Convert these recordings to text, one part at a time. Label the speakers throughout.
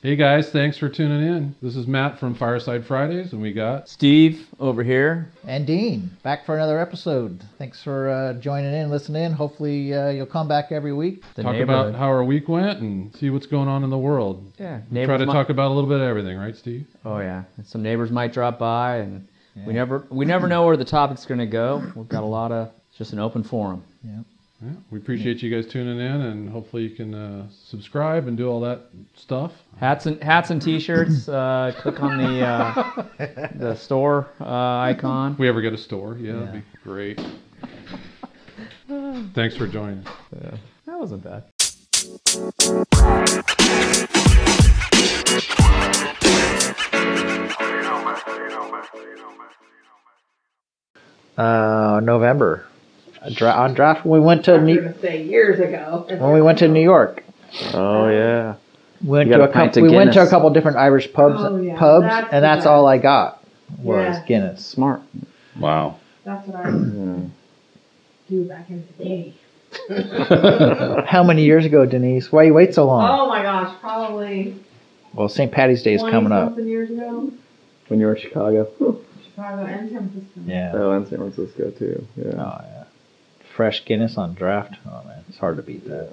Speaker 1: Hey guys, thanks for tuning in. This is Matt from Fireside Fridays, and we got
Speaker 2: Steve over here.
Speaker 3: And Dean, back for another episode. Thanks for uh, joining in, listening in. Hopefully, uh, you'll come back every week.
Speaker 2: The
Speaker 1: talk
Speaker 2: neighborhood.
Speaker 1: about how our week went and see what's going on in the world.
Speaker 2: yeah,
Speaker 1: Try
Speaker 2: neighbors
Speaker 1: to
Speaker 2: mi-
Speaker 1: talk about a little bit of everything, right, Steve?
Speaker 2: Oh yeah, And some neighbors might drop by, and
Speaker 3: Yeah.
Speaker 2: we never we never know where the topic's gonna go. We've got a lot of it's just an open forum.
Speaker 3: Yeah.
Speaker 1: Yeah, we appreciate you guys tuning in, and hopefully you can uh, subscribe and do all that stuff.
Speaker 2: Hats and hats and t-shirts. Uh, click on the uh, the store uh,
Speaker 1: If
Speaker 2: icon.
Speaker 1: we ever get a store, yeah, that'd
Speaker 3: Yeah.
Speaker 1: be great. Thanks for joining.
Speaker 2: That wasn't bad.
Speaker 3: Uh, November. A dra- on draft, we went to
Speaker 4: I was
Speaker 3: New-
Speaker 4: gonna say years ago.
Speaker 3: when we went to New York.
Speaker 2: Oh yeah.
Speaker 3: We went
Speaker 2: You
Speaker 3: to
Speaker 2: got
Speaker 3: a
Speaker 2: a pint
Speaker 3: couple.
Speaker 2: of
Speaker 3: We went to a
Speaker 2: Guinness.
Speaker 3: couple different Irish pubs,
Speaker 4: Oh, yeah.
Speaker 3: pubs,
Speaker 4: That's
Speaker 3: and
Speaker 4: the
Speaker 3: that's
Speaker 4: best.
Speaker 3: all I got was
Speaker 4: Yeah.
Speaker 3: Guinness.
Speaker 2: Smart.
Speaker 5: Wow.
Speaker 4: That's what I would
Speaker 3: Hmm.
Speaker 4: do back in the day.
Speaker 3: How many years ago, Denise? Why you wait so long?
Speaker 4: Oh my gosh, probably
Speaker 3: Well, St. Patty's Day is
Speaker 4: 20
Speaker 3: coming up.
Speaker 4: something years ago.
Speaker 6: when you were in Chicago.
Speaker 4: Chicago and San Francisco.
Speaker 3: Yeah.
Speaker 6: Oh, and San Francisco too. Yeah.
Speaker 3: Oh yeah. Fresh Guinness on draft. Oh man, it's hard to beat that.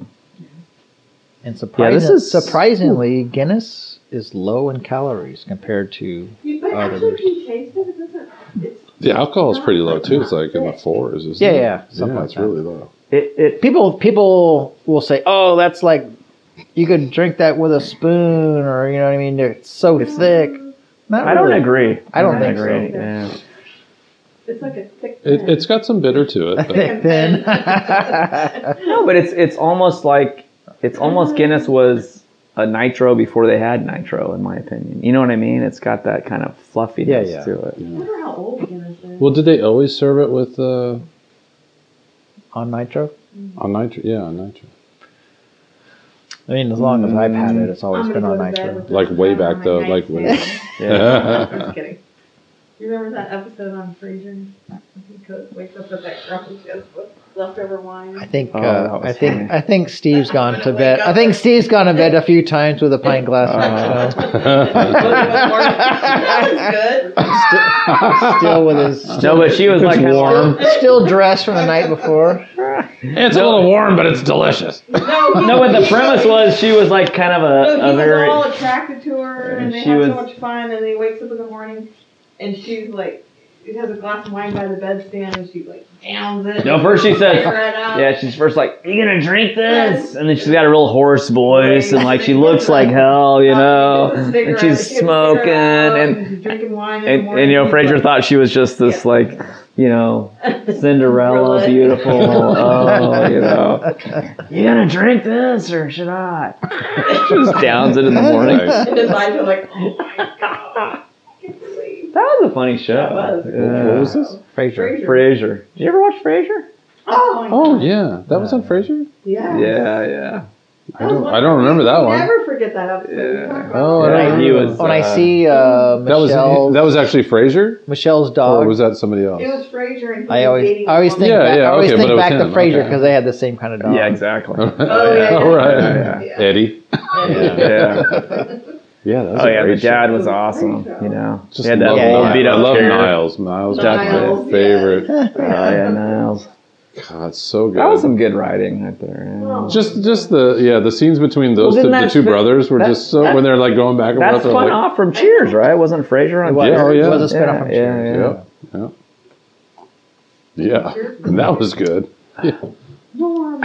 Speaker 3: And surprising,
Speaker 6: this is-
Speaker 3: surprisingly, Guinness is low in calories compared to
Speaker 4: You, but actually, if you taste it, it doesn't. It's,
Speaker 5: The alcohol is pretty low too. It's like in the fours, isn't
Speaker 3: Yeah,
Speaker 5: it?
Speaker 3: yeah, something
Speaker 5: yeah,
Speaker 3: like
Speaker 5: it's
Speaker 3: that.
Speaker 5: really low.
Speaker 3: it, it. People people will say, "Oh, that's like you could drink that with a spoon," or you know what I mean. It's so thick. Not
Speaker 6: I don't
Speaker 3: really.
Speaker 6: agree.
Speaker 3: I don't
Speaker 4: think
Speaker 6: agree.
Speaker 4: so.
Speaker 6: Yeah.
Speaker 4: it's like a thick.
Speaker 5: It,
Speaker 4: pen.
Speaker 5: it's got some bitter to it. But
Speaker 3: Thick thin.
Speaker 6: No, but it's it's almost like it's almost Guinness was a nitro before they had nitro, in my opinion. You know what I mean? It's got that kind of fluffiness
Speaker 3: Yeah, yeah.
Speaker 6: to it.
Speaker 4: I wonder how old Guinness is.
Speaker 5: well, did they always serve it with uh,
Speaker 3: on nitro.
Speaker 5: on nitro? Yeah, on nitro.
Speaker 3: I mean, as long as I've had it, Oh, it's always
Speaker 4: I'm
Speaker 3: been
Speaker 4: gonna
Speaker 3: on
Speaker 4: go to bed
Speaker 3: nitro.
Speaker 4: with
Speaker 5: Like
Speaker 4: this
Speaker 5: way
Speaker 4: on
Speaker 5: back
Speaker 4: my
Speaker 5: though, like
Speaker 4: nightstand.
Speaker 5: way.
Speaker 4: I'm just kidding. You remember that episode on Frasier? He goes, wakes up with that girl who has leftover wine.
Speaker 3: I think
Speaker 6: Oh,
Speaker 3: uh,
Speaker 6: that
Speaker 3: I
Speaker 6: was
Speaker 3: think
Speaker 6: funny.
Speaker 3: I think Steve's gone to
Speaker 4: gonna
Speaker 3: bed.
Speaker 4: wake
Speaker 3: I
Speaker 4: up.
Speaker 3: think Steve's gone to bed a few times with a pint glass
Speaker 6: Oh.
Speaker 3: of nitro,
Speaker 4: Oh, that was good.
Speaker 3: still with his still,
Speaker 6: No, but she was like
Speaker 3: warm, still dressed from the night before.
Speaker 5: it's a little warm, but it's delicious.
Speaker 4: No, he-
Speaker 6: No, but the premise was she was like kind of
Speaker 4: Look,
Speaker 6: a,
Speaker 4: he
Speaker 6: a very
Speaker 4: was all attracted to her, and they
Speaker 6: She
Speaker 4: had so
Speaker 6: was-
Speaker 4: much fun. And he wakes up in the morning, and she's like, she has a glass of wine by the bedstand, and she like downs it.
Speaker 6: No, first she says-
Speaker 4: yeah.
Speaker 6: yeah. She's first like, "You gonna drink this?" And then she's got a real hoarse voice, and like she looks like hell,
Speaker 4: Oh,
Speaker 6: you know. And she's smoking, and
Speaker 4: she's drinking wine. in the
Speaker 6: And,
Speaker 4: morning,
Speaker 6: and you know,
Speaker 4: he's
Speaker 6: Fraser
Speaker 4: like-
Speaker 6: thought she was just this
Speaker 4: Yeah.
Speaker 6: like, you know, Cinderella,
Speaker 4: Really?
Speaker 6: beautiful. Oh, you know, you gonna drink this or should I? she just downs it in the morning. That
Speaker 4: And his eyes are like, oh my god, I can't believe
Speaker 6: was a funny show.
Speaker 4: that was.
Speaker 6: Yeah.
Speaker 5: this?
Speaker 3: Fraser.
Speaker 4: Frasier.
Speaker 6: Frasier. Did you ever watch Frasier?
Speaker 4: Oh, my
Speaker 5: Oh
Speaker 4: God.
Speaker 5: yeah, that was on Frasier.
Speaker 4: yeah.
Speaker 6: Yeah, yeah.
Speaker 5: I don't, I don't remember that one.
Speaker 4: Never forget that episode.
Speaker 6: Yeah.
Speaker 5: Oh, I
Speaker 6: Yeah,
Speaker 5: don't
Speaker 6: he
Speaker 5: remember
Speaker 6: was-
Speaker 3: When I
Speaker 6: Uh,
Speaker 3: see uh,
Speaker 5: That was
Speaker 3: Michelle,
Speaker 5: that was actually Frasier,
Speaker 3: Michelle's
Speaker 5: or
Speaker 3: dog,
Speaker 5: was that somebody else?
Speaker 4: It was Fraser and he
Speaker 3: I
Speaker 4: was
Speaker 3: always
Speaker 4: dating
Speaker 3: I always
Speaker 4: a woman.
Speaker 3: think
Speaker 5: Yeah,
Speaker 3: back,
Speaker 5: yeah,
Speaker 3: I always
Speaker 5: okay, but it
Speaker 3: think
Speaker 5: was
Speaker 3: back to
Speaker 5: him,
Speaker 3: Fraser
Speaker 5: okay.
Speaker 3: because they had the same kind of dog.
Speaker 6: Yeah, exactly.
Speaker 4: Oh, yeah, yeah.
Speaker 5: All right,
Speaker 6: Yeah,
Speaker 4: yeah.
Speaker 5: Eddie.
Speaker 4: Yeah.
Speaker 6: Yeah.
Speaker 5: Yeah, that was
Speaker 6: Oh
Speaker 5: a
Speaker 6: yeah, the
Speaker 5: great show.
Speaker 6: dad was
Speaker 4: Great
Speaker 6: awesome.
Speaker 4: show.
Speaker 6: You know,
Speaker 5: Just
Speaker 6: he had that
Speaker 5: love
Speaker 3: yeah,
Speaker 6: little
Speaker 5: Niles.
Speaker 6: beat
Speaker 5: I
Speaker 6: up
Speaker 5: love
Speaker 6: chair.
Speaker 5: Niles. Niles was
Speaker 4: Niles,
Speaker 5: my
Speaker 4: yeah.
Speaker 5: favorite.
Speaker 6: Oh yeah, Niles.
Speaker 5: God, it's so good.
Speaker 6: That was some good writing right there. yeah.
Speaker 4: Oh.
Speaker 5: Just, just the yeah, the scenes between those
Speaker 6: Well,
Speaker 5: two,
Speaker 6: didn't
Speaker 5: the
Speaker 6: that
Speaker 5: two
Speaker 6: fit-
Speaker 5: brothers were
Speaker 6: that-
Speaker 5: just so when they're like going back and
Speaker 6: That's
Speaker 5: forth.
Speaker 6: spun
Speaker 5: I'm like,
Speaker 6: off from Cheers, right? Wasn't Frasier on
Speaker 3: It was,
Speaker 5: Yeah, oh, yeah.
Speaker 3: it was a spinoff
Speaker 6: Yeah,
Speaker 3: from Cheers.
Speaker 6: yeah, yeah.
Speaker 5: Yep, yep. Yeah, and that was good.
Speaker 4: Norm.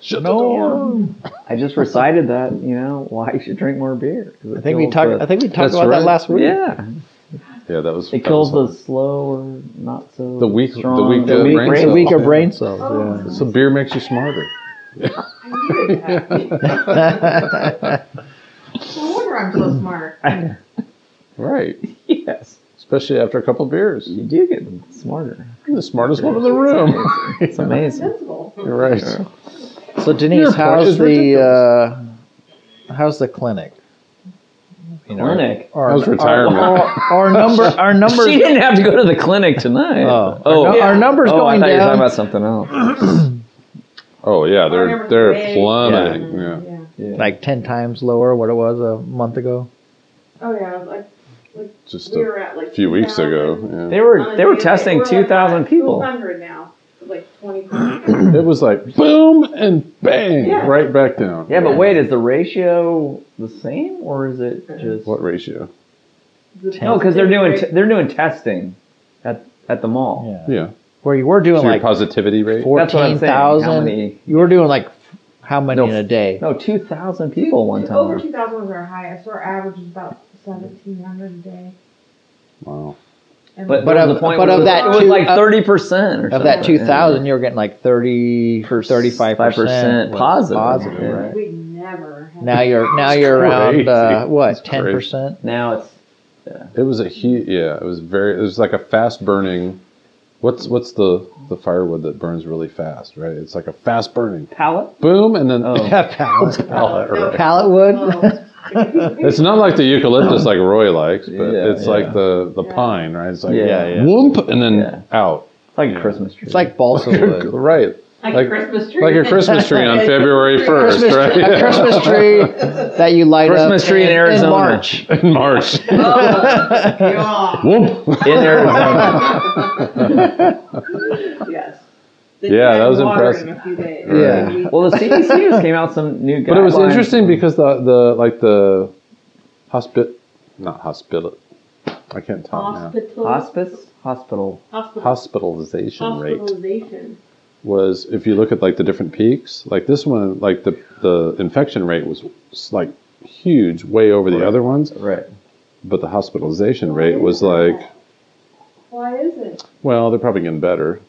Speaker 5: Shut the door.
Speaker 3: No,
Speaker 6: I just recited that, you know, why you should drink more beer. 'cause it
Speaker 3: I think we
Speaker 6: kills
Speaker 3: talked.
Speaker 6: the-
Speaker 3: I think we talked
Speaker 5: That's
Speaker 3: about that
Speaker 5: right.
Speaker 3: last week.
Speaker 6: yeah,
Speaker 5: Yeah, that was. that was
Speaker 6: it kills the
Speaker 5: something.
Speaker 6: slow or not so
Speaker 5: The weak- the
Speaker 6: strong-
Speaker 5: weak, uh, brain
Speaker 6: weak brain
Speaker 5: cells.
Speaker 3: The weaker
Speaker 5: Yeah.
Speaker 3: brain cells.
Speaker 4: Oh,
Speaker 5: So beer makes you smarter.
Speaker 4: I needed that. No wonder I'm so smart.
Speaker 5: Right,
Speaker 6: Yes,
Speaker 5: especially after a couple beers.
Speaker 6: you do get smarter.
Speaker 5: You're the smartest one in the room.
Speaker 6: It's amazing.
Speaker 4: Sensible.
Speaker 5: You're right.
Speaker 3: So Denise,
Speaker 5: Your point
Speaker 3: how's
Speaker 5: is
Speaker 3: the uh, how's the clinic? You know,
Speaker 6: Clinic.
Speaker 3: Or,
Speaker 5: How's
Speaker 3: or-
Speaker 5: retirement?
Speaker 3: Our, our number. Our numbers.
Speaker 6: She didn't have to go to the clinic tonight.
Speaker 3: Oh,
Speaker 6: oh,
Speaker 3: our, nu- our numbers
Speaker 6: oh, I
Speaker 3: going
Speaker 6: thought you were
Speaker 3: down.
Speaker 6: talking about something else.
Speaker 5: Oh yeah,
Speaker 4: I
Speaker 5: they're
Speaker 4: remember
Speaker 5: they're
Speaker 4: way-
Speaker 5: plummeting. Yeah.
Speaker 4: Yeah.
Speaker 5: Yeah.
Speaker 3: like ten times lower what it was a month ago.
Speaker 4: Oh yeah, like
Speaker 5: just
Speaker 4: we
Speaker 5: a
Speaker 4: were at like
Speaker 5: few weeks
Speaker 4: 2,000.
Speaker 5: ago.
Speaker 6: They
Speaker 4: On
Speaker 6: were
Speaker 4: a
Speaker 6: they were
Speaker 4: day,
Speaker 6: testing
Speaker 4: we're uh, like
Speaker 6: two thousand
Speaker 4: at
Speaker 6: people.
Speaker 4: 200 now, like 20.
Speaker 5: Yeah. It was like boom and bang
Speaker 4: Yeah.
Speaker 5: right back down.
Speaker 6: Yeah, but wait, is the ratio the same or is it just
Speaker 5: What ratio?
Speaker 6: No, because they're doing t- they're doing testing at at the mall.
Speaker 3: Yeah.
Speaker 5: Yeah.
Speaker 3: Where you were doing
Speaker 5: So your
Speaker 3: like
Speaker 5: positivity rate?
Speaker 6: That's what
Speaker 3: fourteen
Speaker 6: I'm saying. How
Speaker 3: thousand.
Speaker 6: many?
Speaker 3: You were doing like how many
Speaker 6: No.
Speaker 3: in a day?
Speaker 6: No, two thousand people one
Speaker 4: Over
Speaker 6: time.
Speaker 4: 2,000 was our highest. Our average is about 1,700 a day.
Speaker 5: Wow.
Speaker 4: And
Speaker 6: But,
Speaker 3: But
Speaker 6: there was
Speaker 3: of-
Speaker 6: a point
Speaker 3: but
Speaker 6: where
Speaker 3: of
Speaker 6: it was-
Speaker 3: that
Speaker 6: it was
Speaker 3: two-
Speaker 6: like
Speaker 3: of-
Speaker 6: thirty percent
Speaker 3: Of that two thousand, you were getting like 30,
Speaker 6: Per-
Speaker 3: 35 percent
Speaker 6: 5% positive.
Speaker 3: Positive,
Speaker 5: Yeah.
Speaker 3: right?
Speaker 4: we never. had-
Speaker 3: Now you're now you're
Speaker 5: crazy.
Speaker 3: around uh,
Speaker 5: That's
Speaker 3: what ten
Speaker 5: crazy.
Speaker 3: percent?
Speaker 6: Now it's
Speaker 5: It was a heat. Yeah, it was very. It was like a fast burning. What's what's the the firewood that burns really fast? Right. It's like a fast burning.
Speaker 6: pallet.
Speaker 5: Boom and then.
Speaker 6: Oh.
Speaker 3: Yeah, pallet,
Speaker 5: Pallet, right.
Speaker 3: pallet wood.
Speaker 5: It's not like the eucalyptus like Roy likes, but
Speaker 6: Yeah,
Speaker 5: it's like the the
Speaker 4: Yeah.
Speaker 5: pine, right? It's like
Speaker 6: Yeah, yeah.
Speaker 5: whoomp and then
Speaker 6: Yeah.
Speaker 5: out.
Speaker 6: It's like a Christmas tree.
Speaker 3: It's like balsa wood.
Speaker 5: right.
Speaker 4: Like,
Speaker 5: Like-
Speaker 4: a Christmas tree.
Speaker 5: Like your Christmas tree on February first,
Speaker 3: Christmas,
Speaker 5: right?
Speaker 3: A Christmas tree that you light
Speaker 6: Christmas
Speaker 3: up
Speaker 6: tree in
Speaker 3: uh, in,
Speaker 6: Arizona.
Speaker 3: March.
Speaker 5: in March.
Speaker 4: Oh, God.
Speaker 5: Whoomp.
Speaker 6: in um, Arizona.
Speaker 4: yes.
Speaker 5: Yeah, that was
Speaker 4: In a few days.
Speaker 5: Right.
Speaker 4: We-
Speaker 6: well, the CDC just came out some new guidelines.
Speaker 5: But it was interesting because the the like the hospit not hospital I can't talk now.
Speaker 4: Hospital,
Speaker 6: hospice hospital.
Speaker 4: hospital,
Speaker 5: Hospitalization rate
Speaker 4: hospitalization.
Speaker 5: was if you look at like the different peaks, like this one, like the the infection rate was like huge, way over the
Speaker 6: Right.
Speaker 5: other ones,
Speaker 6: Right.
Speaker 5: but the hospitalization rate was like
Speaker 4: Why is it?
Speaker 5: Well, they're probably getting better,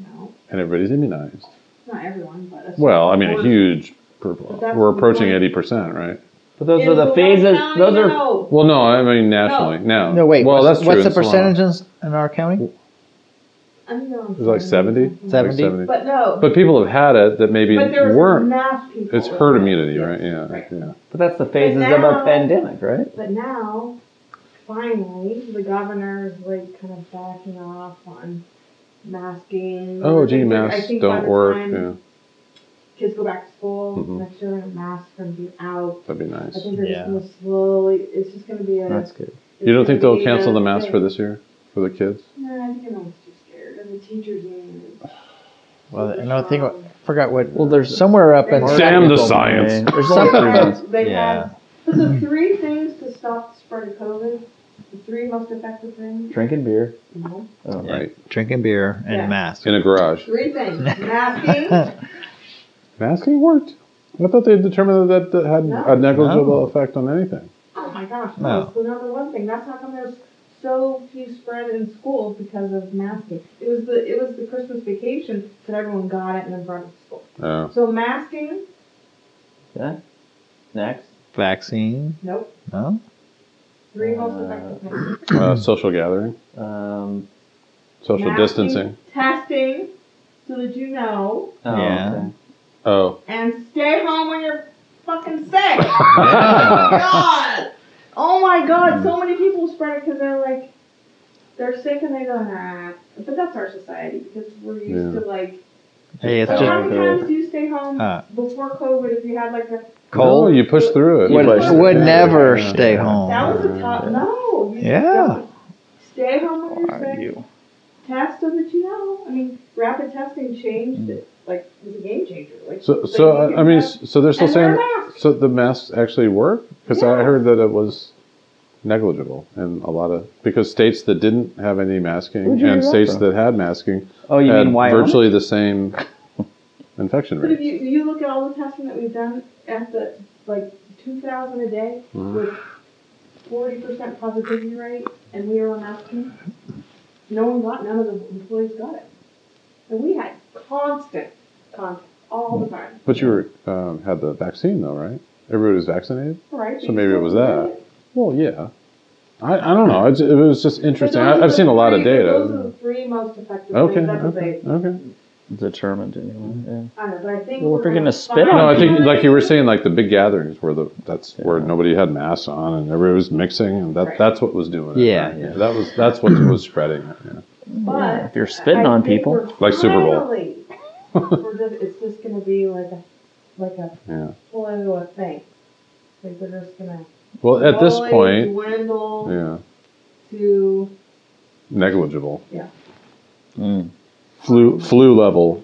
Speaker 4: No,
Speaker 5: and everybody's immunized.
Speaker 4: not everyone, but a
Speaker 5: Well, I mean, a
Speaker 4: Or-
Speaker 5: huge. per-
Speaker 4: that's
Speaker 5: We're approaching
Speaker 4: the point.
Speaker 5: eighty percent, right?
Speaker 6: But those
Speaker 4: In
Speaker 6: are the
Speaker 4: Will
Speaker 6: phases.
Speaker 4: County,
Speaker 6: Those are
Speaker 4: no.
Speaker 5: Well, no, I mean nationally now.
Speaker 3: No wait.
Speaker 5: Well,
Speaker 3: what's,
Speaker 5: that's true
Speaker 3: what's the
Speaker 5: in Solana.
Speaker 3: percentage in, in our county?
Speaker 4: I'm going
Speaker 5: It was like seventy.
Speaker 3: Seventy?
Speaker 4: But no.
Speaker 5: But people have had it that maybe
Speaker 4: but there was
Speaker 5: weren't.
Speaker 4: mass people.
Speaker 5: It's
Speaker 4: with
Speaker 5: herd
Speaker 4: it.
Speaker 5: immunity,
Speaker 4: Yes,
Speaker 5: right? Yeah,
Speaker 4: right.
Speaker 5: yeah.
Speaker 6: but that's the phases
Speaker 4: But
Speaker 6: of
Speaker 4: now-
Speaker 6: a pandemic, right?
Speaker 4: But now, finally, the governor is like kind of backing off on masking.
Speaker 5: Oh,
Speaker 4: I
Speaker 5: gee,
Speaker 4: think- I
Speaker 5: masks
Speaker 4: think by
Speaker 5: don't
Speaker 4: the
Speaker 5: work.
Speaker 4: time
Speaker 5: Yeah,
Speaker 4: Kids go back to school.
Speaker 5: Mhm.
Speaker 4: Next year, masks are gonna be out.
Speaker 5: that'd be
Speaker 4: I
Speaker 5: nice.
Speaker 4: think they're
Speaker 3: Yeah.
Speaker 4: just gonna slowly. It's just gonna be a.
Speaker 6: That's good.
Speaker 4: it's
Speaker 5: You don't
Speaker 4: gonna
Speaker 5: think they'll
Speaker 4: be
Speaker 5: cancel
Speaker 4: a
Speaker 5: the mask for
Speaker 4: thing.
Speaker 5: this year for the kids?
Speaker 4: No, I think everyone's too scared, and the teachers union. is
Speaker 3: Well,
Speaker 4: super
Speaker 3: and I think
Speaker 4: strong.
Speaker 3: forgot what.
Speaker 6: Well, there's-
Speaker 3: somewhere up in
Speaker 5: Damn the science.
Speaker 6: There's
Speaker 3: Some-
Speaker 4: They
Speaker 6: only-
Speaker 4: had- they
Speaker 3: Yeah.
Speaker 4: had- Was it three things to stop the spread of COVID? The three most effective things?
Speaker 6: drinking beer.
Speaker 4: No.
Speaker 6: Oh,
Speaker 3: Yeah.
Speaker 5: Right
Speaker 3: drinking beer and
Speaker 4: Yeah.
Speaker 3: masks.
Speaker 5: in a garage.
Speaker 4: Three things. Masking.
Speaker 5: Masking worked. I thought they determined that that had
Speaker 4: No.
Speaker 5: a negligible
Speaker 3: No.
Speaker 5: effect on anything.
Speaker 4: oh my gosh,
Speaker 3: No.
Speaker 4: that's the number one thing. That's how come there's so few spread in schools because of masking. It was the it was the Christmas vacation that everyone got it and then brought it to school.
Speaker 5: Oh.
Speaker 4: So masking,
Speaker 6: Okay. Next.
Speaker 3: Vaccine?
Speaker 4: nope.
Speaker 3: No.
Speaker 4: Three most effective things.
Speaker 5: Uh, social gathering,
Speaker 6: Um,
Speaker 5: social
Speaker 4: Masking,
Speaker 5: distancing.
Speaker 4: Testing so that you know.
Speaker 6: oh,
Speaker 3: Yeah.
Speaker 6: okay.
Speaker 5: Oh,
Speaker 4: And stay home when you're fucking sick. Oh
Speaker 6: Yeah.
Speaker 4: god! Oh my god! So many people spread it because they're like, they're sick and they go nah. But that's our society because we're used
Speaker 5: Yeah.
Speaker 4: to like.
Speaker 3: Hey, it's
Speaker 4: Like,
Speaker 3: just
Speaker 4: how many times do you stay home
Speaker 3: Uh.
Speaker 4: before COVID if you had like a?
Speaker 5: No,
Speaker 3: cold.
Speaker 5: you push through it.
Speaker 3: would
Speaker 5: You push
Speaker 4: What-
Speaker 5: through
Speaker 3: would
Speaker 5: it.
Speaker 3: never
Speaker 5: Yeah.
Speaker 3: stay
Speaker 4: That
Speaker 3: home.
Speaker 4: was the top.
Speaker 3: Oh,
Speaker 4: No. you just
Speaker 3: Yeah.
Speaker 4: don't. Stay home when you're
Speaker 6: Are
Speaker 4: sick.
Speaker 6: you?
Speaker 4: Test so that you know. I mean, rapid testing changed
Speaker 3: Mm.
Speaker 4: it. Like it was a game changer. Like
Speaker 5: So,
Speaker 4: like,
Speaker 5: so
Speaker 4: you
Speaker 5: I-
Speaker 4: can
Speaker 5: I mean,
Speaker 4: test-
Speaker 5: s- so they're still
Speaker 4: and wear
Speaker 5: saying,
Speaker 4: a mask.
Speaker 5: so the masks actually work? Because I
Speaker 4: Yeah.
Speaker 5: heard that it was negligible in a lot of because states that didn't have any
Speaker 6: Where'd
Speaker 5: masking
Speaker 6: you hear
Speaker 5: and
Speaker 6: that
Speaker 5: states
Speaker 6: from?
Speaker 5: that had masking
Speaker 6: Oh, you
Speaker 5: had
Speaker 6: mean Wyoming?
Speaker 5: virtually the same infection
Speaker 4: But if
Speaker 5: rate.
Speaker 4: you, you look at all the testing that we've done at the, like, 2,000 a day
Speaker 5: Mm.
Speaker 4: with 40% positivity rate, and we were on masking, no one got, none of the employees got it. And we had constant contact all the time.
Speaker 5: But you were um, had the vaccine though, right? Everybody was vaccinated.
Speaker 4: All right.
Speaker 5: So maybe it was that. Well, yeah. I, I don't know. It's, it was just interesting. I, I've seen a lot of
Speaker 4: Those are
Speaker 5: data.
Speaker 4: the three most effective
Speaker 5: Okay.
Speaker 4: things. That's what
Speaker 5: Okay.
Speaker 4: they-
Speaker 5: Okay.
Speaker 6: Determined anyway.
Speaker 4: I don't know, but I think
Speaker 6: Well,
Speaker 4: we're
Speaker 6: if you're gonna
Speaker 4: gonna
Speaker 6: spit
Speaker 4: find-
Speaker 6: on
Speaker 5: No, I think like you were saying, like the big gatherings where the that's where
Speaker 6: Yeah.
Speaker 5: nobody had masks on and everybody was mixing, and that
Speaker 4: Right.
Speaker 5: that's what was doing it.
Speaker 3: Yeah,
Speaker 5: right?
Speaker 3: yeah.
Speaker 5: that was that's what was spreading it. Yeah.
Speaker 4: But
Speaker 6: If you're spitting
Speaker 4: I
Speaker 6: on
Speaker 4: think
Speaker 6: people,
Speaker 4: we're
Speaker 5: Like Super Bowl.
Speaker 4: finally- we're just- it's just going to be like a like a
Speaker 5: Yeah.
Speaker 4: pull into a thing. Like they're just gonna
Speaker 5: Well, at this
Speaker 4: slowly
Speaker 5: point,
Speaker 4: dwindle
Speaker 5: yeah,
Speaker 4: to
Speaker 5: negligible.
Speaker 6: Mm.
Speaker 5: Flu flu level.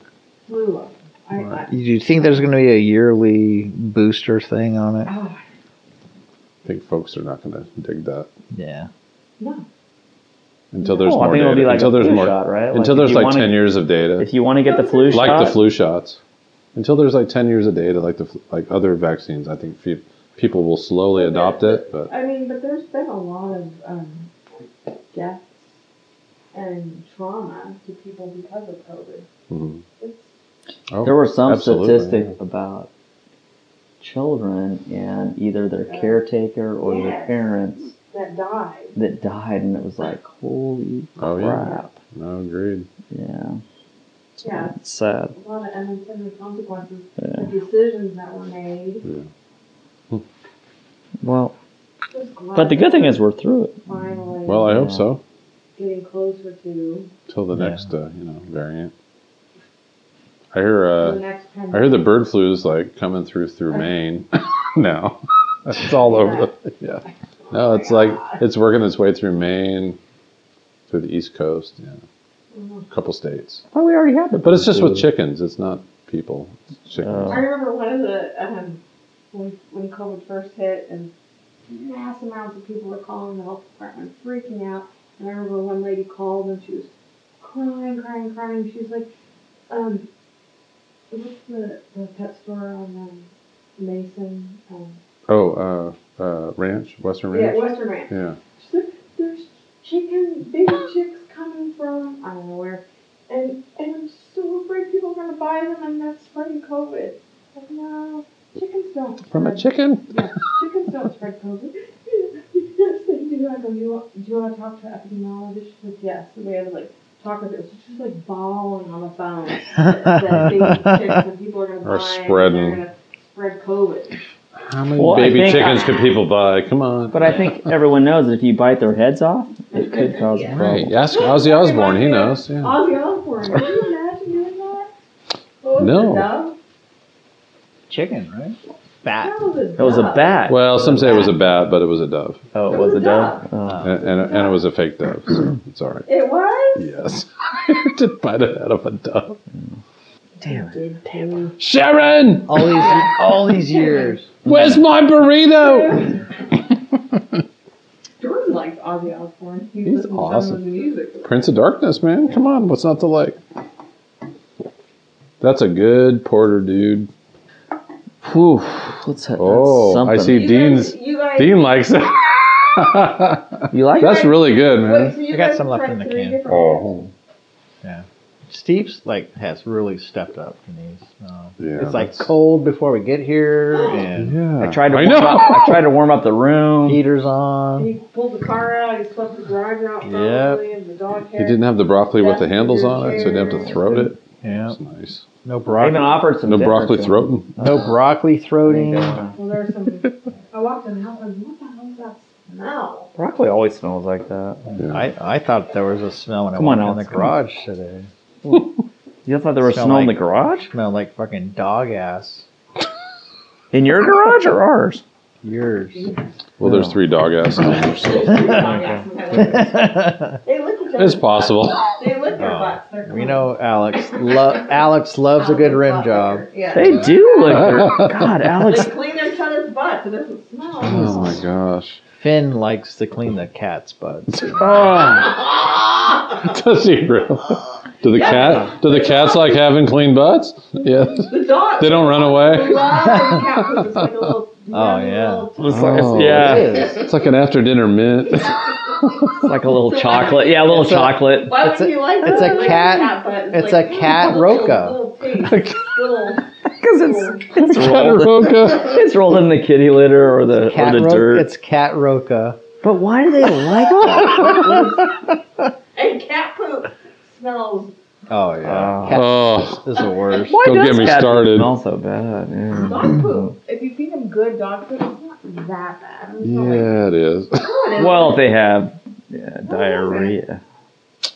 Speaker 4: flu. up. I,
Speaker 1: Right.
Speaker 3: Do you think there's going to be a yearly booster thing on it?
Speaker 4: I, oh
Speaker 5: I think folks are not going to dig that
Speaker 3: Yeah.
Speaker 4: no.
Speaker 5: until there's
Speaker 6: Oh, I
Speaker 5: more
Speaker 6: think it'll
Speaker 5: data.
Speaker 6: be like
Speaker 5: until
Speaker 6: a
Speaker 5: there's
Speaker 6: flu
Speaker 5: more
Speaker 6: shot, right?
Speaker 5: until
Speaker 6: if
Speaker 5: there's
Speaker 6: you
Speaker 5: like
Speaker 6: wanna-
Speaker 5: ten years of data,
Speaker 6: If you want to get the flu
Speaker 5: like
Speaker 6: shot,
Speaker 5: the flu shots. Until there's like ten years of data, like the fl- like other vaccines, I think fe- people will slowly adopt it. But
Speaker 4: I mean, but there's been a lot of um, deaths and trauma to people because of COVID.
Speaker 5: mhm.
Speaker 4: It's
Speaker 5: Oh,
Speaker 6: There were some
Speaker 5: absolutely,
Speaker 6: statistic about children and either their
Speaker 4: Yeah.
Speaker 6: caretaker or their
Speaker 4: Yes.
Speaker 6: parents
Speaker 4: that died.
Speaker 6: that died, and it was like, holy
Speaker 5: yeah. Oh yeah,
Speaker 6: crap.
Speaker 5: no, agreed.
Speaker 6: Yeah.
Speaker 4: Yeah,
Speaker 6: It's sad.
Speaker 4: a lot of unintended consequences
Speaker 6: Yeah.
Speaker 4: of decisions that were made.
Speaker 6: Well,
Speaker 4: Just glad
Speaker 6: but the good thing is we're through it.
Speaker 4: we're finally
Speaker 5: Well, I hope
Speaker 6: Yeah.
Speaker 5: so.
Speaker 4: getting closer to
Speaker 5: Till the
Speaker 3: Yeah.
Speaker 5: next, uh, you know, variant. I hear.
Speaker 4: the
Speaker 5: Uh,
Speaker 4: next
Speaker 5: I hear the
Speaker 4: pandemic.
Speaker 5: bird flu is like coming through through Maine now. it's all over. The, yeah. No, it's like it's working its way through Maine, through the East Coast. Yeah.
Speaker 4: Mhm.
Speaker 5: A couple states.
Speaker 6: Well, we already had the
Speaker 5: But it's just with
Speaker 6: flu. Oh.
Speaker 5: chickens. It's not people. It's chickens.
Speaker 4: I remember one of the um, when when COVID first hit and mass amounts of people were calling the health department, freaking out. And I remember one lady called and she was crying, crying, crying. She was like, um, "What's the, the pet store on um, Mason? Um,
Speaker 5: oh, uh, uh, ranch, Western
Speaker 4: yeah,
Speaker 5: Ranch.
Speaker 4: Western Ranch."
Speaker 5: Yeah.
Speaker 4: She's like, there's chicken, big chicks coming from I don't know where, and and I'm so afraid people are gonna buy them and that's spreading COVID. Like no, chickens don't. Spread.
Speaker 5: From a chicken.
Speaker 4: Yeah, chickens don't spread COVID. yes, they do. I go, do you want, do you want to talk to an epidemiologist? She's like, yes. And we had to like talk with her. So she's like bawling on the phone that, that baby chicks and people are gonna
Speaker 5: Are
Speaker 4: buy 'em and
Speaker 5: spreading.
Speaker 4: They're gonna spread COVID.
Speaker 5: How many
Speaker 6: Well, I
Speaker 5: baby
Speaker 6: think
Speaker 5: chickens
Speaker 6: I-
Speaker 5: could people buy? Come on.
Speaker 6: But I think everyone knows that if you bite their heads off, it could cause a
Speaker 5: Right.
Speaker 6: problem.
Speaker 5: Ask Ozzy Osbourne. He knows. Yeah.
Speaker 4: Ozzy Osbourne. Can you imagine doing that? What was
Speaker 5: No.
Speaker 4: It, a dove?
Speaker 3: Chicken, right?
Speaker 4: That was a dove.
Speaker 6: It was a bat.
Speaker 5: Well, some say it was a bat, but it was a dove,
Speaker 6: oh, it was a dove. Oh.
Speaker 5: and and, and it was a fake dove. So it's all right.
Speaker 4: It was?
Speaker 5: Yes, I did bite it out of a dove.
Speaker 3: Damn it.
Speaker 5: Sharon,
Speaker 3: All these, all these years.
Speaker 5: where's my burrito?
Speaker 4: Jordan likes Ozzy Osbourne. He
Speaker 5: He's
Speaker 4: listens to Some
Speaker 5: awesome.
Speaker 4: of the music.
Speaker 5: Prince of Darkness, man. Come on, what's not to like? That's a good porter, dude.
Speaker 6: Whew. What's that?
Speaker 5: Oh,
Speaker 6: That's
Speaker 5: I
Speaker 6: something.
Speaker 5: see.
Speaker 4: You
Speaker 5: Dean's
Speaker 4: guys, you guys,
Speaker 5: Dean likes it.
Speaker 6: You like
Speaker 5: That's
Speaker 6: that?
Speaker 5: really good,
Speaker 4: Wait,
Speaker 5: man.
Speaker 4: so you
Speaker 3: I got
Speaker 4: guys
Speaker 3: some left
Speaker 4: tried
Speaker 3: in the
Speaker 4: three
Speaker 3: can.
Speaker 4: different-
Speaker 5: Oh,
Speaker 3: Steve's like has really stepped up in these. Uh,
Speaker 5: yeah.
Speaker 3: it's like
Speaker 5: that's-
Speaker 3: cold before we get here, and
Speaker 5: Yeah.
Speaker 6: I tried to
Speaker 5: I
Speaker 6: warm
Speaker 5: know.
Speaker 6: up. I tried to warm up the room.
Speaker 3: heaters on.
Speaker 4: He pulled the car out. He swept the garage out probably,
Speaker 3: Yep.
Speaker 4: and the dog
Speaker 5: He
Speaker 4: hair.
Speaker 5: didn't have the broccoli with the
Speaker 4: That's
Speaker 5: handles
Speaker 4: your
Speaker 5: on it, so he didn't have to
Speaker 4: chair.
Speaker 5: throat it.
Speaker 3: Yeah,
Speaker 5: That's nice.
Speaker 3: no
Speaker 6: I even
Speaker 3: broccoli,
Speaker 6: offered some
Speaker 5: No
Speaker 6: dinner
Speaker 5: broccoli
Speaker 6: to him.
Speaker 5: throating.
Speaker 3: no broccoli throating.
Speaker 4: Well, there's some. I walked in the house and what the hell is that smell?
Speaker 6: Broccoli always smells like that.
Speaker 5: Yeah.
Speaker 3: I, I thought there was a smell when I
Speaker 6: Come on,
Speaker 3: went in the
Speaker 6: Alex,
Speaker 3: garage
Speaker 6: come
Speaker 3: today.
Speaker 6: You thought there was
Speaker 3: Smell
Speaker 6: snow in the
Speaker 3: like-
Speaker 6: garage?
Speaker 3: Smelled like fucking dog ass.
Speaker 6: In your garage or ours?
Speaker 3: Yours.
Speaker 5: Well, there's three dog asses in there, so
Speaker 4: They lick each other.
Speaker 5: it's possible.
Speaker 4: They lick their
Speaker 3: Oh,
Speaker 4: butts. They're
Speaker 3: we know Alex. Lo- Alex loves a good rim job.
Speaker 4: Yeah.
Speaker 6: They do look. God, Alex.
Speaker 4: They clean each other's butts. It doesn't smell.
Speaker 5: Oh my gosh.
Speaker 3: Finn likes to clean the cat's butts.
Speaker 6: Ah.
Speaker 5: Oh.
Speaker 4: Ah!
Speaker 5: Does he really? Do the cat? Do the cats like having clean butts? Yeah.
Speaker 4: The dog.
Speaker 5: They don't run
Speaker 4: The
Speaker 5: away.
Speaker 4: dog and the cat was just like a little.
Speaker 3: Oh, yeah.
Speaker 5: Oh,
Speaker 6: yeah,
Speaker 3: It is.
Speaker 5: It's like an after dinner mint.
Speaker 6: it's like a little chocolate. Yeah, a little
Speaker 3: It's a-
Speaker 6: chocolate.
Speaker 4: Why
Speaker 3: It's
Speaker 4: would
Speaker 3: a-
Speaker 4: you like
Speaker 3: it's
Speaker 4: that?
Speaker 3: a
Speaker 4: Like
Speaker 3: cat-
Speaker 4: butt.
Speaker 3: it's
Speaker 4: like,
Speaker 3: a cat
Speaker 4: little-
Speaker 3: roca.
Speaker 4: Little teeth, little.
Speaker 6: Because it's it's rolled,
Speaker 5: Roca.
Speaker 6: it's rolled in the kitty litter or the
Speaker 3: Cat
Speaker 6: or the
Speaker 3: ro-
Speaker 6: dirt.
Speaker 3: It's cat roca.
Speaker 6: but why do they like that?
Speaker 4: And cat poop smells.
Speaker 3: Oh yeah.
Speaker 6: Uh,
Speaker 3: Cat
Speaker 5: Oh,
Speaker 3: is the worst.
Speaker 6: why
Speaker 5: Don't
Speaker 6: does
Speaker 5: get me
Speaker 6: cat
Speaker 5: started.
Speaker 6: Smell so bad. Yeah.
Speaker 3: Mm-hmm.
Speaker 4: Dog poop. If you feed them good dog poop, it's not that bad. I mean, it's not like-
Speaker 5: yeah, it is.
Speaker 4: No, it isn't.
Speaker 6: Well, if they have yeah, diarrhea.
Speaker 3: Mm.